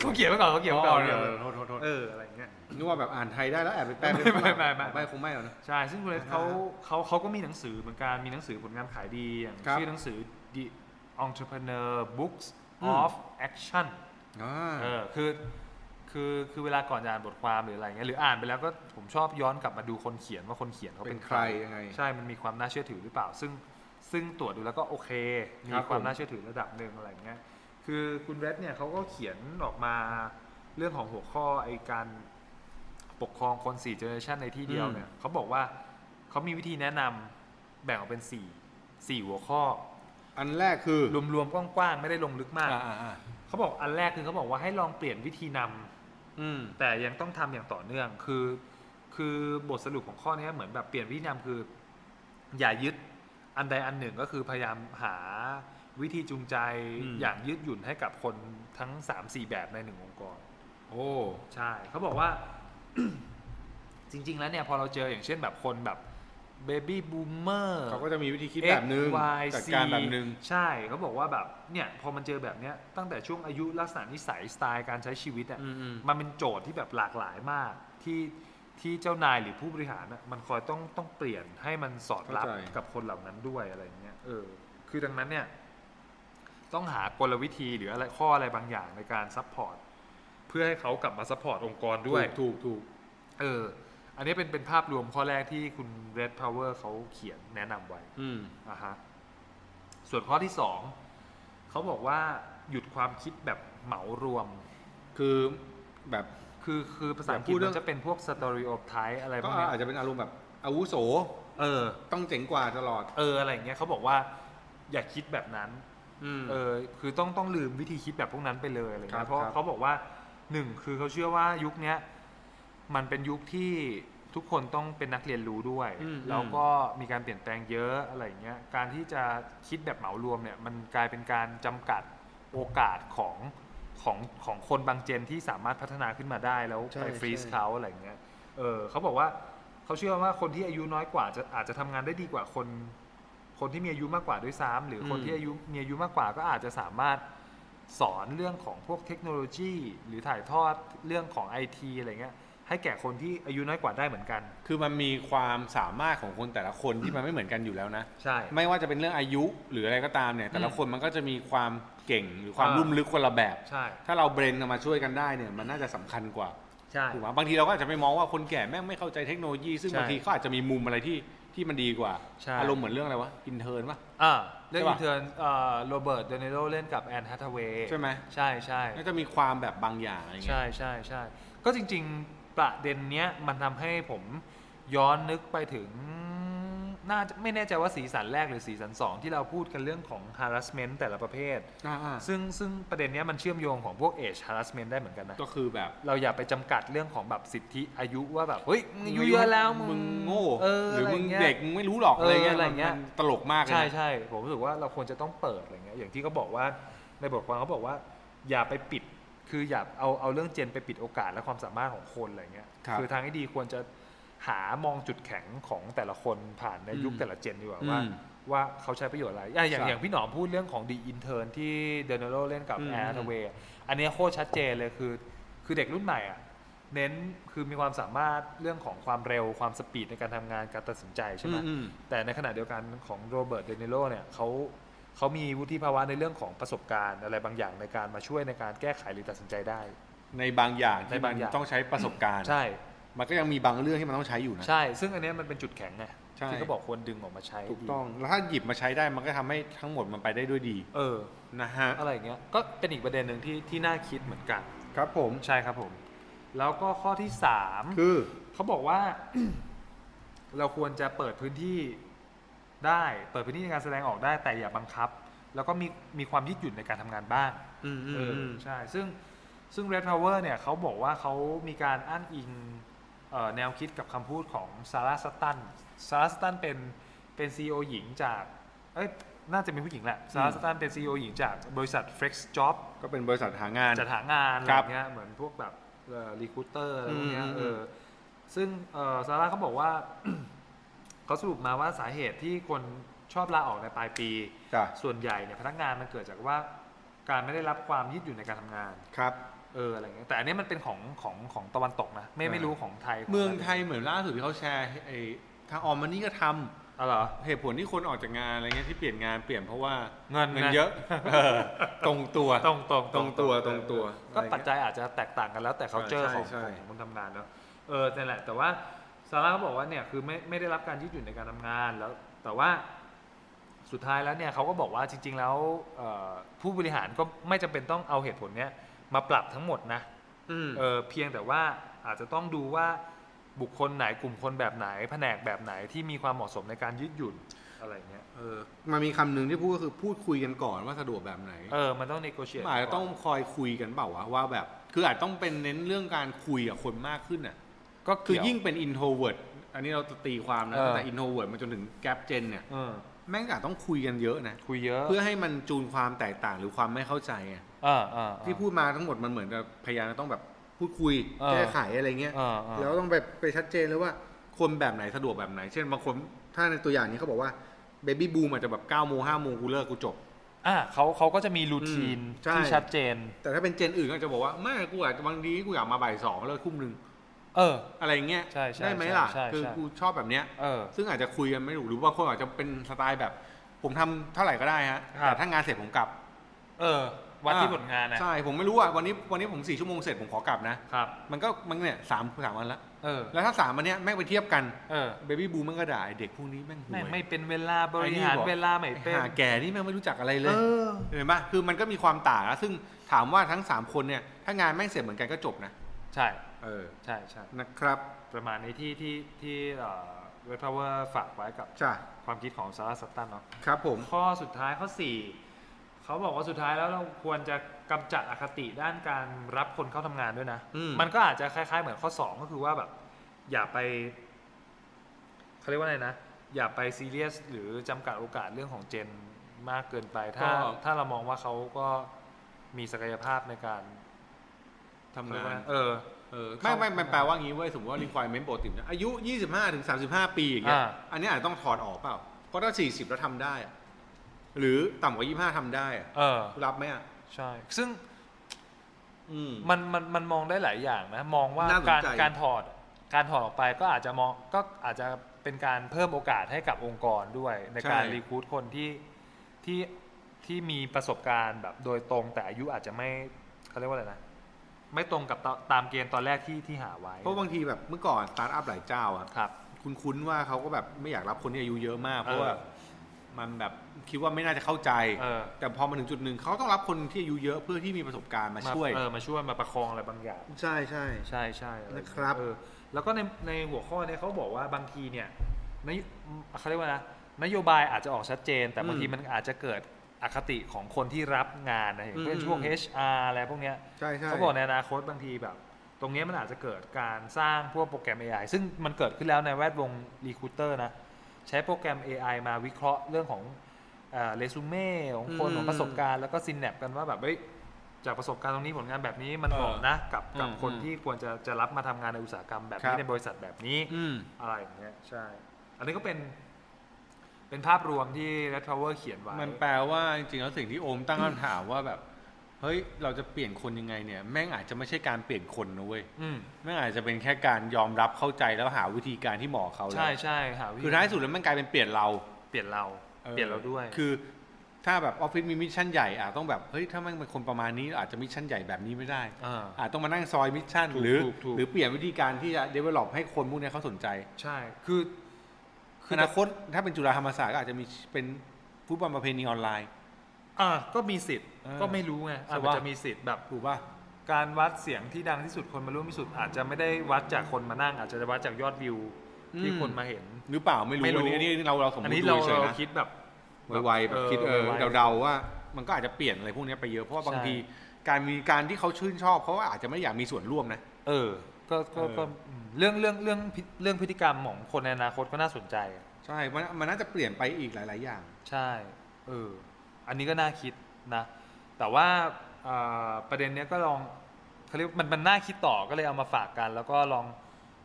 [SPEAKER 2] เขาเขียนมาก่อนเขาเขียนมาก่อน
[SPEAKER 1] เออโทษโทษโทษ
[SPEAKER 2] เอออะไรเงี้ย
[SPEAKER 1] นึกว่าแบบอ่านไทยได้แล้วแอบไปแปล
[SPEAKER 2] ไม่
[SPEAKER 1] เป็น
[SPEAKER 2] ไม่ไม่ไม่
[SPEAKER 1] ไม่คงไม่หรอกนะ
[SPEAKER 2] ใช่ ซึ่งคุณเลสเขาเขาเขาก็มีหนังสือเหมือนกัน มีหนังสือผลงานขายดีอย่าง
[SPEAKER 1] ครับ
[SPEAKER 2] ชื่อหนังสือ The Entrepreneur Books of Action
[SPEAKER 1] อ่า
[SPEAKER 2] เออคือคือคือเวลาก่อนจะอ่านบทความหรืออะไรเงี้ยหรืออ่านไปแล้วก็ผมชอบย้อนกลับมาดูคนเขียนว่าคนเขียนเขา
[SPEAKER 1] เป็
[SPEAKER 2] เป็น น
[SPEAKER 1] ใค
[SPEAKER 2] ใค
[SPEAKER 1] ร
[SPEAKER 2] ร
[SPEAKER 1] ยังไง
[SPEAKER 2] ใช่มันมีความน่าเชื่อถือหรือเปล่า ซึ่ง ซึ่งตรวจดูแล้วก็โอเค มี
[SPEAKER 1] ครับ
[SPEAKER 2] ความ
[SPEAKER 1] ผม
[SPEAKER 2] น่าเชื่อถือระดับหนึ่งอะไรเงี้ย คือคุณเรดเนี่ยเขาก็เขียนออกมาเรื่องของหัวข้อไอการปกครองคน4 generation ในที่เดียวเนี่ยเขาบอกว่าเขามีวิธีแนะนำแบ่งออกเป็น 4 4 หัวข้อ
[SPEAKER 1] อันแรกคือ
[SPEAKER 2] รวมๆกว้างๆ ไม่ได้ลงลึกมาก
[SPEAKER 1] อ่าอ่าอ่า
[SPEAKER 2] เขาบอกอันแรกคือเขาบอกว่าให้ลองเปลี่ยนวิธีนำ
[SPEAKER 1] อืม
[SPEAKER 2] แต่ยังต้องทำอย่างต่อเนื่อง คือ คือบทสรุปของข้อเนี้ยเหมือนแบบเปลี่ยนวิธีนำคือ อย่ายึดอันใดอันหนึ่งก็คือพยายามหาวิธีจูงใจ
[SPEAKER 1] อืม
[SPEAKER 2] อย่างยืดหยุ่นให้กับคนทั้ง 3-4 แบบในหนึ่งองค์กร
[SPEAKER 1] โอ้
[SPEAKER 2] ใช่เขาบอกว่า จริง ๆ แล้วเนี่ยพอเราเจออย่างเช่นแบบคนแบบเบบี้บูมเมอร์
[SPEAKER 1] เขาก็จะมีวิธีคิดแบบนึง
[SPEAKER 2] X Y
[SPEAKER 1] จัดการแบบนึง
[SPEAKER 2] C ใช่เขาบอกว่าแบบเนี่ยพอมันเจอแบบเนี้ยตั้งแต่ช่วงอายุลักษณะนิสัยสไตล์การใช้ชีวิตอ่ะ
[SPEAKER 1] อืมอืม
[SPEAKER 2] มันเป็นโจทย์ที่แบบหลากหลายมาก ที่ที่เจ้านายหรือผู้บริหารน่ะมันคอยต้องต้องเปลี่ยนให้มันสอดรับ
[SPEAKER 1] เข้าใจ
[SPEAKER 2] กับคนเหล่านั้นด้วยอะไรเงี้ยเออคือดังนั้นเนี่ยต้องหากลวิธีหรืออะไรข้ออะไรบางอย่างในการซัพพอร์ตเพื่อให้เขากลับมาซัพพอร์ตองค์กรด้วย
[SPEAKER 1] ถูกถูก
[SPEAKER 2] เออ อันนี้เป็นเป็นภาพรวมข้อแรกที่คุณ Red Power เขาเขียนแนะนำไว้
[SPEAKER 1] อืม
[SPEAKER 2] อ่ะฮะ ส่วนข้อที่สอง เขาบอกว่าหยุดความคิดแบบเหมารวม
[SPEAKER 1] คือแบบ
[SPEAKER 2] คือคือภาษาอัง
[SPEAKER 1] อ
[SPEAKER 2] กฤ
[SPEAKER 1] ย่าพูด
[SPEAKER 2] ษ
[SPEAKER 1] เรื่
[SPEAKER 2] มั
[SPEAKER 1] อง
[SPEAKER 2] นจะเป็นพวก stereotype อะไรพ
[SPEAKER 1] ก็
[SPEAKER 2] วกเนี้ย
[SPEAKER 1] อาจจะเป็นอารมณ์แบบอาวุโส
[SPEAKER 2] เออ
[SPEAKER 1] ต้องเจ๋งกว่าตลอด
[SPEAKER 2] เออ อะไรอย่างเงี้ยเขาบอกว่า อย่าคิดแบบนั้น
[SPEAKER 1] อืม
[SPEAKER 2] เออ คือต้องต้องลืมวิธีคิดแบบพวกนั้นไปเลยอะไร
[SPEAKER 1] ครั
[SPEAKER 2] เงี้
[SPEAKER 1] บ
[SPEAKER 2] ย เพราะ
[SPEAKER 1] ครับ
[SPEAKER 2] เขาบอกว่าหนึ่งคือเขาเชื่อว่ายุคเนี้ยมันเป็นยุคที่ทุกคนต้องเป็นนักเรียนรู้ด้วย
[SPEAKER 1] อืม
[SPEAKER 2] แล้วก็มีการเปลี่ยนแปลงเยอะอะไรเงี้ย การที่จะคิดแบบเหมารวมเนี่ยมันกลายเป็นการจำกัดโอกาสของของของคนบางเจนที่สามารถพัฒนาขึ้นมาได้แล้ว
[SPEAKER 1] ใช่
[SPEAKER 2] ไปฟรีซ
[SPEAKER 1] ใช่
[SPEAKER 2] เขาอะไรเงี้ย เออเขาบอกว่าเขาเชื่อว่าคนที่อายุน้อยกว่าจะอาจจะทำงานได้ดีกว่าคน คนที่มีอายุมากกว่าด้วยซ้ำหรือคน
[SPEAKER 1] อืม
[SPEAKER 2] ที่อายุมีอายุมากกว่าก็อาจจะสามารถสอนเรื่องของพวกเทคโนโลยี หรือถ่ายทอดเรื่องของไอทีอะไรเงี้ยให้แก่คนที่อายุน้อยกว่าได้เหมือนกัน
[SPEAKER 1] คือมันมีความสามารถของคนแต่ละคนที่มันไม่เหมือนกันอยู่แล้วนะ
[SPEAKER 2] ใช่
[SPEAKER 1] ไม่ว่าจะเป็นเรื่องอายุหรืออะไรก็ตามเนี่ย แต่ละ
[SPEAKER 2] อืม
[SPEAKER 1] คนมันก็จะมีความเก่งหรือความ
[SPEAKER 2] อ่า
[SPEAKER 1] ลุ่มลึกคนละแบบ
[SPEAKER 2] ใช่
[SPEAKER 1] ถ้าเราเบรนเอามาช่วยกันได้เนี่ยมันน่าจะสำคัญกว่า
[SPEAKER 2] ใช่
[SPEAKER 1] ถูกไหมบางทีเราก็อาจจะไปมองว่าคนแก่แม่งไม่เข้าใจเทคโนโลยี ซึ่งบางทีเขาอาจจะมีมุมอะไรที่ที่มันดีกว่าอารมณ์เหมือนเรื่องอะไรวะอินเทอร์ป่ะ
[SPEAKER 2] อ่าเรื่อง
[SPEAKER 1] ใช่
[SPEAKER 2] อิ
[SPEAKER 1] ปะ
[SPEAKER 2] นเทอร์โรเบิร์ตเดนโรเล่นกับแอนฮัตเวย์
[SPEAKER 1] ใช่ไหม
[SPEAKER 2] ใช่ใช่
[SPEAKER 1] ก็จะมีความแบบบางอย่างอะไรเงี้ย
[SPEAKER 2] ใช่ใช่ใช่ก็จริงๆ ประเด็นเนี้ยมันทำให้ผมย้อนนึกไปถึงน่าจะไม่แน่ใจว่าสีสันแรกหรือสีสันสองที่เราพูดกันเรื่องของ harassment แต่ละประเภท ซึ่งซึ่งประเด็นเนี้ยมันเชื่อมโยงของพวก age harassment ได้เหมือนกันนะ
[SPEAKER 1] ก็คือแบบ
[SPEAKER 2] เราอย่าไปจำกัดเรื่องของแบบสิทธิอายุว่าแบบ เฮ้ยมึงอายุเยอะแล้วมึ
[SPEAKER 1] มึ
[SPEAKER 2] ง
[SPEAKER 1] งโง่
[SPEAKER 2] เออ
[SPEAKER 1] หรือมึง
[SPEAKER 2] ะไย่า
[SPEAKER 1] เด็กมึงไม่รู้หรอก
[SPEAKER 2] เออ
[SPEAKER 1] อะไรเงี้ย
[SPEAKER 2] อะไรเงี้ย
[SPEAKER 1] มันตลกมากเลย
[SPEAKER 2] ใช่
[SPEAKER 1] นะ
[SPEAKER 2] ใช่ผมรู้สึกว่าเราควรจะต้องเปิดอะไรเงี้ยอย่างที่เขาบอกว่าในบทความเขาบอกว่า อย่าไปปิดคืออย่าเอาเอาเรื่องเจนไปปิดโอกาสและความสามารถของคนอะไรเงี้ย
[SPEAKER 1] ครับ
[SPEAKER 2] อทางที่ดีควรจะหามองจุดแข็งของแต่ละคนผ่านในยุคแต่ละเจนดีกว่าว่า ว่าเขาใช้ประโยชน์อะไรอ่ะอย่าง
[SPEAKER 1] ครับ
[SPEAKER 2] อย่างพี่หนอมพูดเรื่องของ The Intern ที่เดนโรเล่นกับ
[SPEAKER 1] อืม
[SPEAKER 2] แอร์ทเวย์อันเนี้ยโคตรชัดเจนเลยคือ คือเด็กรุ่นใหม่อ่ะเน้นคือมีความสามารถเรื่องของความเร็วความสปีดในการทำงานการตัดสินใจใช่ไหม
[SPEAKER 1] อืมอืม
[SPEAKER 2] แต่ในขณะเดียวกันของโรเบิร์ตเดนิโลเนี่ยเขาเขามีวุฒิภาวะในเรื่องของประสบการณ์อะไรบางอย่างในการมาช่วยในการแก้ไขหรือตัดสินใจได้
[SPEAKER 1] ในบางอย่าง
[SPEAKER 2] ใน
[SPEAKER 1] ที่มั
[SPEAKER 2] บาง
[SPEAKER 1] น
[SPEAKER 2] อย่าง
[SPEAKER 1] ต้องใช้ประสบการณ์
[SPEAKER 2] ใช่
[SPEAKER 1] มันก็ยังมีบางเรื่องที่มันต้องใช้อยู่นะ
[SPEAKER 2] ใช่ ซึ่งอันเนี้ยมันเป็นจุดแข็งไง
[SPEAKER 1] ใช่
[SPEAKER 2] ที่เขาบอกควรดึงออกมาใช้
[SPEAKER 1] ถูกต้องแล้วถ้าหยิบมาใช้ได้มันก็ทำให้ทั้งหมดมันไปได้ด้วยดี
[SPEAKER 2] เออ
[SPEAKER 1] นะฮะ
[SPEAKER 2] อะไรอย่างเงี้ยก็เป็นอีกประเด็นหนึ่งที่ที่น่าคิดเหมือนกัน
[SPEAKER 1] ครับผม
[SPEAKER 2] ใช่ครับผม แล้วก็ข้อที่สาม
[SPEAKER 1] คือ
[SPEAKER 2] เขาบอกว่า เราควรจะเปิดพื้นที่ได้เปิดพื้นที่ในการแสดงออกได้แต่อย่าบังคับ แล้วก็มีมีความยืดหยุ่นในการทำงานบ้าง
[SPEAKER 1] อืมอืม
[SPEAKER 2] เออ
[SPEAKER 1] อืม
[SPEAKER 2] ใช่ซึ่งซึ่ง Red Power เนี่ยเขาบอกว่าเขามีการอ้างอิงเอ่อแนวคิดกับคำพูดของซาร่าสตันซาร่าสตันเป็นเป็น CEO หญิงจากเอ้ยน่าจะเป็นผู้หญิงแหละซาร่า
[SPEAKER 1] อืม
[SPEAKER 2] สตันเป็น CEO หญิงจากบริษัท Flex Job
[SPEAKER 1] ก็เป็นบริษัทหางาน
[SPEAKER 2] จัดหางานอะไร
[SPEAKER 1] ครับ
[SPEAKER 2] เงี้ยเหมือนพวกแบบรีคูเตอร์อะไรพวกเนี้ย
[SPEAKER 1] อืม
[SPEAKER 2] เออซึ่งเอ่อซาร่าเขาบอกว่า เขาสรุปมาว่าสาเหตุที่คนชอบลาออกในปลายปี
[SPEAKER 1] จ้ะ
[SPEAKER 2] ส่วนใหญ่เนี่ยพนักงานมันเกิดจากว่าการไม่ได้รับความยืดหยุ่นในการทำงาน
[SPEAKER 1] ครับ
[SPEAKER 2] เอออะไรเงี้ยแต่อันเนี้ยมันเป็นของของของตะวันตกนะ ไม่
[SPEAKER 1] อ่า
[SPEAKER 2] ไม่รู้ของไทยข
[SPEAKER 1] เมืองไทยเหมือนล่าสุดที่เขาแชร์ไอ้ทางออมมันนี่ก็ทำ
[SPEAKER 2] อ๋อเหรอ
[SPEAKER 1] เหตุผลที่คนออกจากงานอะไรเงี้ยที่เปลี่ยนงานเปลี่ยนเพราะว่า
[SPEAKER 2] เงินนะ
[SPEAKER 1] เงินเยอะเออตรงตัว
[SPEAKER 2] ตรงตรง
[SPEAKER 1] ตรงตัวตรงตัว
[SPEAKER 2] ก็ปัจจัยอาจจะแตกต่างกันแล้วแต่เขาเจอ
[SPEAKER 1] ใช่
[SPEAKER 2] ของ
[SPEAKER 1] ใช่
[SPEAKER 2] ของคนทำงานเนอะเออนั่นแหละ แต่ว่าซาร่าก็บอกว่าเนี่ยคือไม่ไม่ได้รับการยืดหยุ่นในการทำงานแล้ว แต่ว่า สุดท้ายแล้วเนี่ยเขาก็บอกว่าจริง ๆ แล้วเอ่อผู้บริหารก็ไม่จำเป็นต้องเอาเหตุผลเนี้ยมาปรับทั้งหมดนะ
[SPEAKER 1] อืม
[SPEAKER 2] เออเพียงแต่ว่าอาจจะต้องดูว่าบุคคลไหนกลุ่มคนแบบไหน แผนกแบบไหนที่มีความเหมาะสมในการยืดหยุ่นอะไรเงี้ย
[SPEAKER 1] เออมันมีคำหนึ่งที่พูดก็คือพูดคุยกันก่อนว่าสะดวกแบบไหน
[SPEAKER 2] เออมันต้อง negotiate
[SPEAKER 1] อาจจะต้องคอยคุยกันเปล่าวะว่าแบบ คืออาจต้องเป็นเน้นเรื่องการคุยกับคนมากขึ้นอ่ะ
[SPEAKER 2] ก็
[SPEAKER 1] คือ
[SPEAKER 2] เกี่ว
[SPEAKER 1] ยิ่งเป็น introvert อันนี้เราตีความนะ
[SPEAKER 2] เออ
[SPEAKER 1] ตั้งแต่ introvert มาจนถึง gap gen เนี่ย
[SPEAKER 2] เออ
[SPEAKER 1] แม่งอาจต้องคุยกันเยอะนะ
[SPEAKER 2] คุยเยอะ
[SPEAKER 1] เพื่อให้มันจูนความแตกต่างหรือความไม่เข้าใจไง
[SPEAKER 2] เออเออเออ
[SPEAKER 1] ที่พูดมาทั้งหมดมันเหมือนกับพยายามจะต้องแบบพูดคุย
[SPEAKER 2] เออ
[SPEAKER 1] แก้ไขอะไรเงี้ย
[SPEAKER 2] เออเออ
[SPEAKER 1] แล้วต้องไปไปชัดเจนเลยว่าคนแบบไหนสะดวกแบบไหน เช่นบางคนถ้าในตัวอย่างนี้เขาบอกว่าเบบี้บูมอาจจะแบบ9ก้าโมงห้าโมงกูเลิกกูจบ
[SPEAKER 2] อ่ะเขาเขาก็จะมีรูทีน
[SPEAKER 1] อืมใช่
[SPEAKER 2] ที่ชัดเจน
[SPEAKER 1] แต่ถ้าเป็นเจนอื่นก็จะบอกว่าไม่กูอาจจะบางทีกูอยากมาบ่ายสองเลิกทุ่มหนึ่ง
[SPEAKER 2] เออ
[SPEAKER 1] อะไรอย่างเงี้ย
[SPEAKER 2] ใช่ใช่
[SPEAKER 1] ได้ไหมล่ะ
[SPEAKER 2] ใช่ใช่
[SPEAKER 1] คือ
[SPEAKER 2] ใช่
[SPEAKER 1] กูชอบแบบเนี้ย
[SPEAKER 2] เออ
[SPEAKER 1] ซึ่งอาจจะคุยกันไม่รู้หรือบางคนอาจจะเป็นสไตล์แบบ ผมทำเท่าไหร่ก็ได้ฮะ
[SPEAKER 2] ครับ
[SPEAKER 1] แต่ถ้างานเสร็จผมกลับ
[SPEAKER 2] เออ วัดที่
[SPEAKER 1] อ่
[SPEAKER 2] ผลงานนะ
[SPEAKER 1] ใช่ผมไม่รู้อ่ะวันนี้วันนี้ผมสี่ชั่วโมงเสร็จผมขอกลับนะครับ มันก็มันเนี่ยสามสามวันละ
[SPEAKER 2] เออ
[SPEAKER 1] แล้วถ้าสามวันเนี้ยแม่งไปเทียบกัน
[SPEAKER 2] เออ
[SPEAKER 1] เบบี้บูมมันก็ด่าไอ้เด็กพวกนี้แม่งห่ว
[SPEAKER 2] แม่ง
[SPEAKER 1] ย
[SPEAKER 2] ไม่เป็นเวลาบริหาร
[SPEAKER 1] ไอ้นี่บอก
[SPEAKER 2] เวลาไม่
[SPEAKER 1] ไอ้
[SPEAKER 2] เป็น
[SPEAKER 1] หาแก่นี่แม่งไม่รู้จักอะไรเล
[SPEAKER 2] เอย อ
[SPEAKER 1] เห็นปะคือมันก็มีความต่างนะซึ่งถามว่าทั้ง 3 คนเนี่ย ถ้างานแม่งเสร็จเหมือนกันก็จบนะ
[SPEAKER 2] ใช่
[SPEAKER 1] เออ
[SPEAKER 2] ใช่ใช่
[SPEAKER 1] นะครับ
[SPEAKER 2] ประมาณในที่ที่ที่เอ่อเว็บพาวเวอร์ฝากไว้กับ
[SPEAKER 1] จ้ะ
[SPEAKER 2] ความคิดของซาร่าสัตตันเนาะ
[SPEAKER 1] ครับผม
[SPEAKER 2] ข้อสุดท้ายข้อสี่เขาบอกว่าสุดท้ายแล้วเราควรจะกำจัดอคติด้านการรับคนเข้าทำงานด้วยนะ
[SPEAKER 1] อืม
[SPEAKER 2] นก็อาจจะคล้ายๆ เหมือนข้อสองก็คือว่าแบบ อย่าไปเขาเรียกว่าอะไรนะ อย่าไปซีเรียสหรือจำกัดโอกาสเรื่องของเจนมากเกินไป ถ้าถ้าเรามองว่าเขาก็มีศักยภาพในการ
[SPEAKER 1] ทำ
[SPEAKER 2] เรีย
[SPEAKER 1] งาก
[SPEAKER 2] ว่าน เออ
[SPEAKER 1] เออ ไม่ไม่มันแปลว่างี้เว้ย สมมติว่า requirement ปกตินะอายุ 25ถึง35 ปีอย่างเงี้ย
[SPEAKER 2] อ่า
[SPEAKER 1] อันนี้อาจจะต้องถอดออกเปล่า เพราะถ้า 40 แล้วทำได้อะหรือต่ำกว่า 25ทำได้อะ
[SPEAKER 2] เออ
[SPEAKER 1] รับไหมอ่ะ
[SPEAKER 2] ใช่ ซึ่ง
[SPEAKER 1] อืม
[SPEAKER 2] มันมันมันมองได้หลายอย่างนะ มองว่า
[SPEAKER 1] น่าสน
[SPEAKER 2] การ
[SPEAKER 1] ใจ
[SPEAKER 2] การถอดการถอดออกไปก็อาจจะมองก็อาจจะเป็นการเพิ่มโอกาสให้กับองค์กรด้วย ในการรีคูดคนที่ที่ที่มีประสบการณ์แบบโดยตรงแต่อายุอาจจะไม่เขาเรียกว่าอะไรนะ ไม่ตรงกับตาตามเกณฑ์ตอนแรกที่ที่หาไว้
[SPEAKER 1] เพราะบางทีแบบเมื่อก่อนสตาร์ทอัพหลายเจ้าอะ
[SPEAKER 2] ครับ
[SPEAKER 1] คุณคุ้นๆว่าเขาก็แบบไม่อยากรับคนที่อายุเยอะมาก เพราะ
[SPEAKER 2] เออ
[SPEAKER 1] ว่ามันแบบคิดว่าไม่น่าจะเข้าใจ
[SPEAKER 2] เออ
[SPEAKER 1] แต่พอมาถึงจุดหนึ่งเขาต้องรับคนที่อายุเยอะเพื่อที่มีประสบการณ์มาช่วย
[SPEAKER 2] เออมาช่วยมาประคองอะไรบางอย่าง
[SPEAKER 1] ใช่ใช่
[SPEAKER 2] ใช่ใช่อไอย่างเงี้ย
[SPEAKER 1] นะครับ
[SPEAKER 2] เออแล้วก็ในในหัวข้อเนี่ยเขาบอกว่าบางทีเนี่ยนโยเขาเรียกว่านะนโยบายอาจจะออกชัดเจน แต่บางที
[SPEAKER 1] อืม
[SPEAKER 2] มันอาจจะเกิดอคติของคนที่รับงานนะอย่างเช่น
[SPEAKER 1] อืม
[SPEAKER 2] ช่วง
[SPEAKER 1] อืม
[SPEAKER 2] HR อะไรพวกเนี้ย
[SPEAKER 1] ใช่ใช่
[SPEAKER 2] เขาบอกในอนาคตบางทีแบบ ตรงเนี้ยมันอาจจะเกิดการสร้างพวกโปรแกรม AI ซึ่งมันเกิดขึ้นแล้วในแวดวงรีคูเตอร์นะ ใช้โปรแกรม AI มาวิเคราะห์เรื่องของเรซูเม่อ resume ของคน
[SPEAKER 1] อืม
[SPEAKER 2] ของประสบการณ์แล้วก็ซินแนปกันว่าแบบเฮ้ยจากประสบการณ์ตรงนี้ผลงานแบบนี้มัน
[SPEAKER 1] เออ
[SPEAKER 2] เหมาะนะกับกับ
[SPEAKER 1] อืม
[SPEAKER 2] คน
[SPEAKER 1] อืม
[SPEAKER 2] ที่ควรจะจะรับมาทำงานในอุตสาหกรรมแบบ
[SPEAKER 1] ครั
[SPEAKER 2] นี้
[SPEAKER 1] บ
[SPEAKER 2] ในบริษัทแบบนี้
[SPEAKER 1] อืม
[SPEAKER 2] อะไรอย่างเงี้ยใช่ อันนี้ก็เป็น เป็นภาพรวมที่ Red Power เขียนไว้
[SPEAKER 1] มันแปลว่าจริงๆแล้วสิ่งที่โอมตั้งคำถามว่าแบบ เฮ้ยเราจะเปลี่ยนคนยังไงเนี่ย แม่งอาจจะไม่ใช่การเปลี่ยนคนนะเว้ย
[SPEAKER 2] อืม
[SPEAKER 1] แม่งอาจจะเป็นแค่การยอมรับเข้าใจแล้วหาวิธีการที่เหมาะกับเขาแล้ว
[SPEAKER 2] ใช่ใช่หาวิธี
[SPEAKER 1] คือท้ายสุดแล้วมันกลายเป็นเปลี่ยนเรา
[SPEAKER 2] เปลี่ยนเรา
[SPEAKER 1] ออ
[SPEAKER 2] เปลี่ยนเราด้วย
[SPEAKER 1] คือถ้าแบบออฟฟิศมีมิชชั่นใหญ่อ่ะต้องแบบเฮ้ยถ้าแมันเป็นคนประมาณนี้อาจจะมิชชั่นใหญ่แบบนี้ไม่ได้
[SPEAKER 2] อ่า
[SPEAKER 1] อาจต้องมานั่งซอยมิชชั่น
[SPEAKER 2] ถูก
[SPEAKER 1] หรือ
[SPEAKER 2] ถูกถูก
[SPEAKER 1] หรือเปลี่ยนวิธีการที่จะ develop ให้คนพวกเนี้ยเขาสนใจ
[SPEAKER 2] ใช่ คือ คือ
[SPEAKER 1] อนาคตถ้าเป็นจุฬาธรรมศาสตร์ก็อาจจะมีเป็นฟุตบอลประเพณีออนไลน์
[SPEAKER 2] อ่าก็มีสิทธิ์
[SPEAKER 1] เออ
[SPEAKER 2] ก็ไม่รู้ไงอาจ
[SPEAKER 1] ใช่ปะ
[SPEAKER 2] จะมีสิทธิ์แบบ
[SPEAKER 1] ถูกป่ะ
[SPEAKER 2] การวัดเสียงที่ดังที่สุดคนมาร่วมที่สุด อาจจะไม่ได้วัดจากคนมานั่ง อาจจะวัดจากยอดวิวที่
[SPEAKER 1] อืม
[SPEAKER 2] คนมาเห็น
[SPEAKER 1] หรือเปล่าไม่รู้
[SPEAKER 2] ไม่รู้
[SPEAKER 1] อันนี้อันนี้เราเราสมม
[SPEAKER 2] อัน
[SPEAKER 1] ติ
[SPEAKER 2] นี้
[SPEAKER 1] ดู
[SPEAKER 2] เรา
[SPEAKER 1] เฉยๆ
[SPEAKER 2] เรา
[SPEAKER 1] นะ
[SPEAKER 2] คิดแบบ
[SPEAKER 1] ไวๆแบบคิดเออ
[SPEAKER 2] ไวๆ
[SPEAKER 1] เดาๆว่า มันก็อาจจะเปลี่ยนอะไรพวกเนี้ยไปเยอะเพราะว่าบาง
[SPEAKER 2] ใช่
[SPEAKER 1] ทีการมีการที่เขาชื่นชอบเขาอาจจะไม่อยากมีส่วนร่วมนะ
[SPEAKER 2] เออก็ก็
[SPEAKER 1] เออ
[SPEAKER 2] ก็อืมเรื่องเรื่องเรื่องพิเรื่องพฤติกรรมของคนในอนาคตก็น่าสนใจ
[SPEAKER 1] ใช่มันมันน่าจะเปลี่ยนไปอีกหลาย ๆ อย่าง
[SPEAKER 2] ใช่ เออ อันนี้ก็น่าคิดนะ แต่ว่าเอ่อประเด็นเนี้ยก็ลองเขาเรียกมันมันน่าคิดต่อก็เลยเอามาฝากกัน แล้วก็ลอง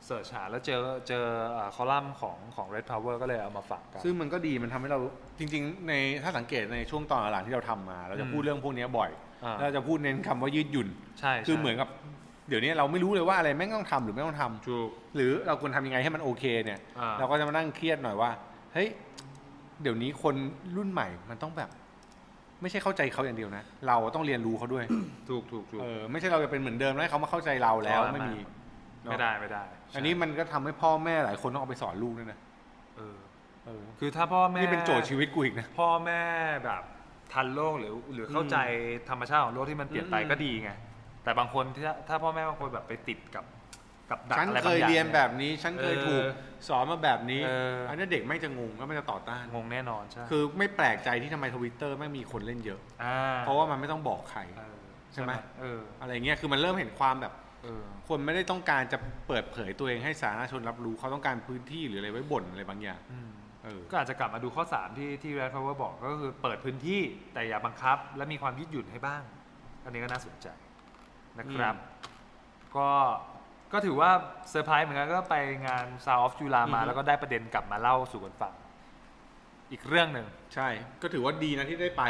[SPEAKER 2] เสิร์ชหาแล้วเจอเจอเอ่อคอลัมน์ของของ Red Power ก็เลยเอามาฝากกัน
[SPEAKER 1] ซึ่งมันก็ดีมันทำให้เราจริง ๆ ในถ้าสังเกตในช่วงตอนหลังๆที่เราทำมา เราจะ
[SPEAKER 2] อืม
[SPEAKER 1] พูดเรื่องพวกเนี้ยบ่อย
[SPEAKER 2] อ่า
[SPEAKER 1] แล้วเราจะพูดเน้นคำว่ายืดหยุ่น
[SPEAKER 2] ใช่
[SPEAKER 1] คือ
[SPEAKER 2] ใช่
[SPEAKER 1] เหมือนกับ เดี๋ยวนี้เราไม่รู้เลยว่าอะไรแม่งต้องทำหรือไม่ต้องทำ
[SPEAKER 2] ถูก
[SPEAKER 1] หรือเราควรทำยังไงให้มันโอเคเนี่ย
[SPEAKER 2] อ่า
[SPEAKER 1] เราก็จะมานั่งเครียดหน่อยว่าเฮ้ยเดี๋ยวนี้คนรุ่นใหม่มันต้องแบบ ไม่ใช่เข้าใจเขาอย่างเดียวนะ เราต้องเรียนรู้เขาด้วย
[SPEAKER 2] ถูกถูกถูก
[SPEAKER 1] เออไม่ใช่เราจะเป็นเหมือนเดิมแล้วให้เขามาเข้าใจเราแล้ว
[SPEAKER 2] อ๋อ
[SPEAKER 1] ไม่มี
[SPEAKER 2] ไม่ได้ไม่ได้
[SPEAKER 1] อันนี้มันก็ทำให้พ่อแม่หลายคนต้องเอาไปสอนลูกด้วยนะ
[SPEAKER 2] เออ เออคือถ้าพ่อแม่
[SPEAKER 1] นี่เป็นโจทย์ชีวิตกูอีกนะ
[SPEAKER 2] พ่อแม่แบบทันโลกหรือหรือเข้าใจธรรมชาติของโลกที่มันเปลี่ยนไป
[SPEAKER 1] อืม
[SPEAKER 2] ก็ดีไง แต่บางคนถ้าถ้าพ่อแม่บางคนแบบไปติดกับกับดัก
[SPEAKER 1] ฉัน
[SPEAKER 2] อะไร
[SPEAKER 1] เค
[SPEAKER 2] บาง
[SPEAKER 1] ย
[SPEAKER 2] อย่าง
[SPEAKER 1] เรียน
[SPEAKER 2] นี่
[SPEAKER 1] แบบนี้ ฉันเคย
[SPEAKER 2] เออ
[SPEAKER 1] ถูกสอนมาแบบนี้
[SPEAKER 2] เอออั
[SPEAKER 1] อันนี้เด็กไม่งจะงงแล้วมันจะต่อต้าน
[SPEAKER 2] งงแน่นอนใช่
[SPEAKER 1] คือไม่แปลกใจที่ทำไมทวิตเตอร์ไม่มีคนเล่นเยอะ
[SPEAKER 2] อ่า
[SPEAKER 1] เพราะว่ามันไม่ต้องบอกใคร
[SPEAKER 2] เออ
[SPEAKER 1] ใช่ไหม
[SPEAKER 2] เออ
[SPEAKER 1] อะไรเงี้ยคือมันเริ่มเห็นความแบบ
[SPEAKER 2] เออ
[SPEAKER 1] คนไม่ได้ต้องการจะเปิดเผยตัวเองให้สาธารณชนรับรู้เขาต้องการพื้นที่หรืออะไรไว้บ่นอะไรบางอย่าง
[SPEAKER 2] อืม
[SPEAKER 1] เออ
[SPEAKER 2] ก็อาจจะกลับมาดูข้อ 3 ที่ที่แรดพาวเวอร์บอกก็คือเปิดพื้นที่แต่อย่าบังคับ และมีความยืดหยุ่นให้บ้าง อันนี้ก็น่าสนใจนะครับ
[SPEAKER 1] อื
[SPEAKER 2] ก็ก็ถือว่าเซอร์ไพรส์เหมือนกันก็ไปงาน Sound of Jula มา
[SPEAKER 1] อือฮึ
[SPEAKER 2] แล้วก็ได้ประเด็นกลับมาเล่าสู่กันฟัง อีกเรื่องหนึ่ง
[SPEAKER 1] ใช่ ก็ถือว่าดีนะที่ได้ไป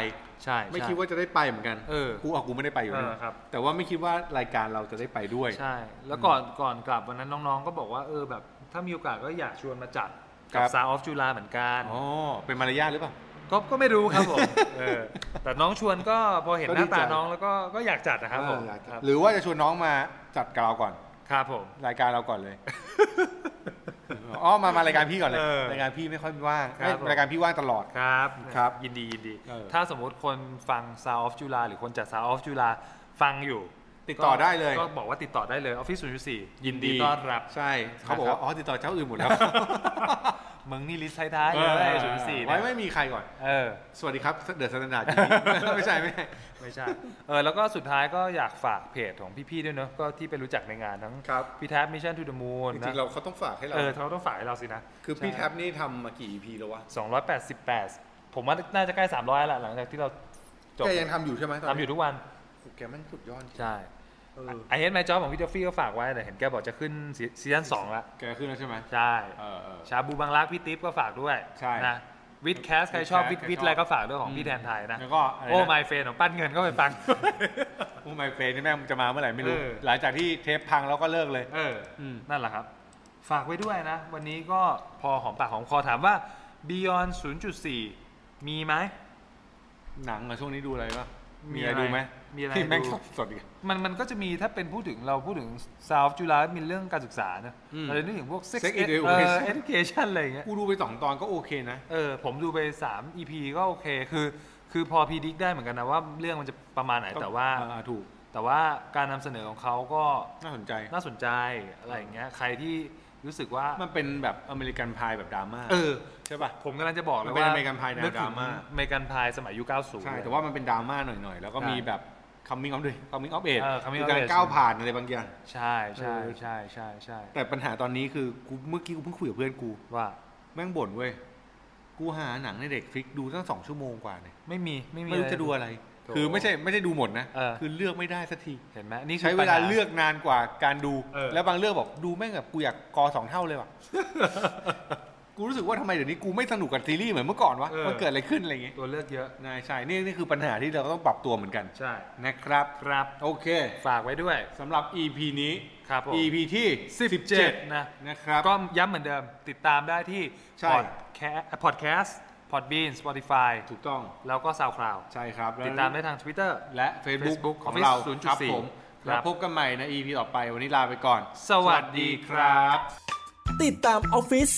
[SPEAKER 2] ใช่
[SPEAKER 1] ไม่
[SPEAKER 2] ใช่
[SPEAKER 1] คิดว่าจะได้ไปเหมือนกัน
[SPEAKER 2] เออ
[SPEAKER 1] กูเอากูไม่ได้ไปอยู่แล้ว
[SPEAKER 2] เออครับ
[SPEAKER 1] แต่ว่าไม่คิดว่ารายการเราจะได้ไปด้วย
[SPEAKER 2] ใช่ แล้วก่อนก่อนกลับวันนั้นน้องๆ ก็บอกว่าเออแบบถ้ามีโอกาสก็อยากชวนมาจัดกับ
[SPEAKER 1] ครับ
[SPEAKER 2] Sound of Jula เหมือนกัน
[SPEAKER 1] อ๋อ เป็นมารยาทหรือเปล่า
[SPEAKER 2] ก็ก็ไม่รู้ ครับผมเออแต่น้องชวนก็พอเห็น
[SPEAKER 1] ก็ดี
[SPEAKER 2] หน้าตา
[SPEAKER 1] ใจ
[SPEAKER 2] น้องแล้วก็ก็อยากจัดนะครับผม
[SPEAKER 1] เอออยากจะ
[SPEAKER 2] ครับ
[SPEAKER 1] หรือว่าจะชวนน้องมาจัดกับเราก่อน
[SPEAKER 2] ครับผม
[SPEAKER 1] รายการเราก่อน เลย อ๋อ มามารายการพี่ก่อนเลย
[SPEAKER 2] เออ
[SPEAKER 1] รายการพี่ไม่ค่อยว่าง
[SPEAKER 2] ครับ
[SPEAKER 1] เอ้ย
[SPEAKER 2] ผม
[SPEAKER 1] รายการพี่ว่างตลอด
[SPEAKER 2] ครับ
[SPEAKER 1] ครับ
[SPEAKER 2] ยินดียินดี
[SPEAKER 1] เออ
[SPEAKER 2] ถ้าสมมติคนฟัง Sound of Jula หรือคนจัด Sound of Jula ฟังอยู่
[SPEAKER 1] ติดต่อได้เลย
[SPEAKER 2] ก็บอกว่าติดต่อได้เลย Office 0.4ยินดีต้อน รับ
[SPEAKER 1] ใช่ เขาบอก
[SPEAKER 2] นะครับ
[SPEAKER 1] ว่า อ๋อ ติดต่อเจ้าอื่นหมดแล้ว
[SPEAKER 2] มึงนี่ลิสต์ท้ายๆเลย0.4
[SPEAKER 1] ไว้
[SPEAKER 2] เนี่ย
[SPEAKER 1] ไม่มีใครก่อน
[SPEAKER 2] เออ
[SPEAKER 1] สวัสดีครับ เดือดสแตนดาร์ด ไม่ใช่ไม่ใช่
[SPEAKER 2] ไม่ใช่ เออ แล้วก็สุดท้ายก็อยากฝากเพจของพี่ๆด้วยเนอะก็ที่ไปรู้จักในงานทั้ง
[SPEAKER 1] ครับ
[SPEAKER 2] พี่แท็บมิชชั่นทูดมูน
[SPEAKER 1] จริ
[SPEAKER 2] นะ
[SPEAKER 1] งๆเราเขาต้องฝากให้เรา
[SPEAKER 2] เออเขาต้องฝากให้เราสินะ
[SPEAKER 1] คือพี่
[SPEAKER 2] ใช่
[SPEAKER 1] แท็บนี่ทำมากี่ EP แล้ววะ
[SPEAKER 2] 288 ผมว่าน่าจะใกล้ 300 แล้วหลังจากที่เราจบ
[SPEAKER 1] แกยังทำอยู่ใช่ไหมนนี้
[SPEAKER 2] ทำอยู่ทุกวัน
[SPEAKER 1] โหแกแม่งสุดยอดจริง
[SPEAKER 2] ใช่
[SPEAKER 1] เออ
[SPEAKER 2] ไอเอสไมจ็อบของพี่เดฟฟี่ก็ฝากไว้แต่เห็นแกบอกจะขึ้นซีซีซั่นสองละ
[SPEAKER 1] แกขึ้นแล้วใช่ไหม
[SPEAKER 2] ใช่
[SPEAKER 1] เออเออ
[SPEAKER 2] ชาบูบางรักพี่ติ๊บก็ฝากด้วย
[SPEAKER 1] ใช่
[SPEAKER 2] นะวิดแคสใครชอบวิด
[SPEAKER 1] Withcast
[SPEAKER 2] วิด
[SPEAKER 1] ใครชอบ
[SPEAKER 2] อะไรก็ฝากด้วยของ
[SPEAKER 1] อืม
[SPEAKER 2] พี่แทนไทยนะ
[SPEAKER 1] แล้วก็อะไรนะ
[SPEAKER 2] โอ้ไมเฟนของปั้นเงินก็ไปฟัง
[SPEAKER 1] โอ้ไมเฟรนนี่แม่งจะมาเมื่อไหร่ไม่รู้
[SPEAKER 2] เออ
[SPEAKER 1] หลังจากที่เทปพังแล้วก็เลิกเลย
[SPEAKER 2] เอออ
[SPEAKER 1] ม
[SPEAKER 2] นั่นแหละครับ ฝากไว้ด้วยนะ วันนี้ก็พอหอมปากหอมคอถามว่า Beyond 0.4 มีไหม
[SPEAKER 1] หนังอะช่วงนี้ดูอะไรปะ
[SPEAKER 2] มี
[SPEAKER 1] มีอะ
[SPEAKER 2] อะไร ไร
[SPEAKER 1] ดูไหม
[SPEAKER 2] มีอะไร
[SPEAKER 1] ที่แม่ง
[SPEAKER 2] ดู
[SPEAKER 1] สดสดๆอีก
[SPEAKER 2] มันมันก็จะมีถ้าเป็นพูดถึงเราพูดถึง South จุฬามีเรื่องการศึกษาเนอะ
[SPEAKER 1] อืม
[SPEAKER 2] เราจะนึกถึงพวก sex
[SPEAKER 1] Sex
[SPEAKER 2] ed- เอ่อ
[SPEAKER 1] education
[SPEAKER 2] education อะไรอย่างเงี้ย
[SPEAKER 1] กูดูไปสองตอนก็โอเคนะ
[SPEAKER 2] เออผมดูไป 3 EP ก็โอเคคือ คือพอพีดิกได้เหมือนกันนะว่าเรื่องมันจะประมาณไหนแต่ว่า
[SPEAKER 1] เออถูก
[SPEAKER 2] แต่ว่าการนำเสนอของเขาก็
[SPEAKER 1] น่าสนใจ
[SPEAKER 2] น่าสนใจอะไรอย่างเงี้ยใครที่รู้สึกว่า
[SPEAKER 1] มันเป็นแบบอเมริกันพายแบบดราม่า
[SPEAKER 2] เออ
[SPEAKER 1] ใช่ป่ะ
[SPEAKER 2] ผมกำลังจะบอกเลย
[SPEAKER 1] มันเป็น
[SPEAKER 2] ว่า
[SPEAKER 1] American Pie แนว
[SPEAKER 2] นึกถึง
[SPEAKER 1] ดราม่า
[SPEAKER 2] American Pie สมัยยุค 90
[SPEAKER 1] ใช่แต่ว่ามันเป็นดราม่าหน่อยๆ แล้วก็
[SPEAKER 2] ใช่
[SPEAKER 1] มีแบบ coming of age coming of age
[SPEAKER 2] เออ coming
[SPEAKER 1] คื
[SPEAKER 2] of
[SPEAKER 1] การ
[SPEAKER 2] age
[SPEAKER 1] ก้าวผ่านอะไรบางอย่าง
[SPEAKER 2] ใช่ใช่
[SPEAKER 1] เออ
[SPEAKER 2] ใช่ใช่ใช่
[SPEAKER 1] แต่ปัญหาตอนนี้คือกูเมื่อกี้กูเพิ่งคุยกับเพื่อนกู
[SPEAKER 2] ว่า
[SPEAKER 1] แม่งบ่นเว้ย กูหาหนังในเด็กฟิกดูตั้งสองชั่วโมงกว่าเนี่ย
[SPEAKER 2] ไม่มีไม่มี
[SPEAKER 1] ไม่รู้จะดูอะไร
[SPEAKER 2] โถ
[SPEAKER 1] คือไม่ใช่ไม่ใช่ดูหมดนะ
[SPEAKER 2] เออ
[SPEAKER 1] คือเลือกไม่ได้สักที
[SPEAKER 2] เห็นไหมนี่คือ
[SPEAKER 1] ใช้เวลา
[SPEAKER 2] ปัญห
[SPEAKER 1] เลือกนานกว่าการดู
[SPEAKER 2] เออ
[SPEAKER 1] แล้วบางเรื่องบอกดูแม่งแบบกูอยากกอสองเท่าเลย ว่ะ กูรู้สึกว่าทำไมเดี๋ยวนี้กูไม่สนุกกับซีรีส์เหมือนเมื่อก่อนวะ
[SPEAKER 2] เออ
[SPEAKER 1] มันเกิดอะไรขึ้นอะไรอย่างเงี้ย
[SPEAKER 2] ตัวเลือกเยอะ
[SPEAKER 1] นายใช่ นี่นี่คือปัญหาที่เราต้องปรับตัวเหมือนกัน
[SPEAKER 2] ใช่
[SPEAKER 1] นะครับ
[SPEAKER 2] ครับ
[SPEAKER 1] โอเค
[SPEAKER 2] ฝากไว้ด้วย
[SPEAKER 1] สำหรับ EP นี้
[SPEAKER 2] ครับผม
[SPEAKER 1] EP ที่
[SPEAKER 2] นะ
[SPEAKER 1] นะครับ
[SPEAKER 2] ก็ย้ำเหมือนเดิม ติดตามได้ที่
[SPEAKER 1] ใช่
[SPEAKER 2] podcast podbean spotify
[SPEAKER 1] ถูกต้อง
[SPEAKER 2] แล้วก็ soundcloud
[SPEAKER 1] ใช่ครับแล้ว
[SPEAKER 2] ติดตามได้ทาง Twitter
[SPEAKER 1] และ Facebook
[SPEAKER 2] Facebook
[SPEAKER 1] ของ
[SPEAKER 2] Office
[SPEAKER 1] เรา
[SPEAKER 2] 0.4
[SPEAKER 1] ครับผม
[SPEAKER 2] ครับ
[SPEAKER 1] แล้วพบกันใหม่ใน EP ต่อไป วันนี้ลาไปก่อน
[SPEAKER 2] สวัสดีครับ
[SPEAKER 3] ติดตาม Office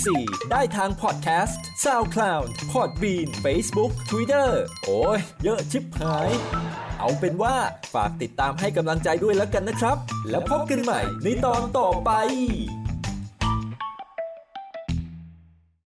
[SPEAKER 3] 0.4 ได้ทางพอดแคสต์ SoundCloud Podbean Facebook Twitter โอ้ย เยอะชิบหาย เอาเป็นว่าฝากติดตามให้กำลังใจด้วยแล้วกันนะครับ แล้วพบกันใหม่ในตอนต่อไป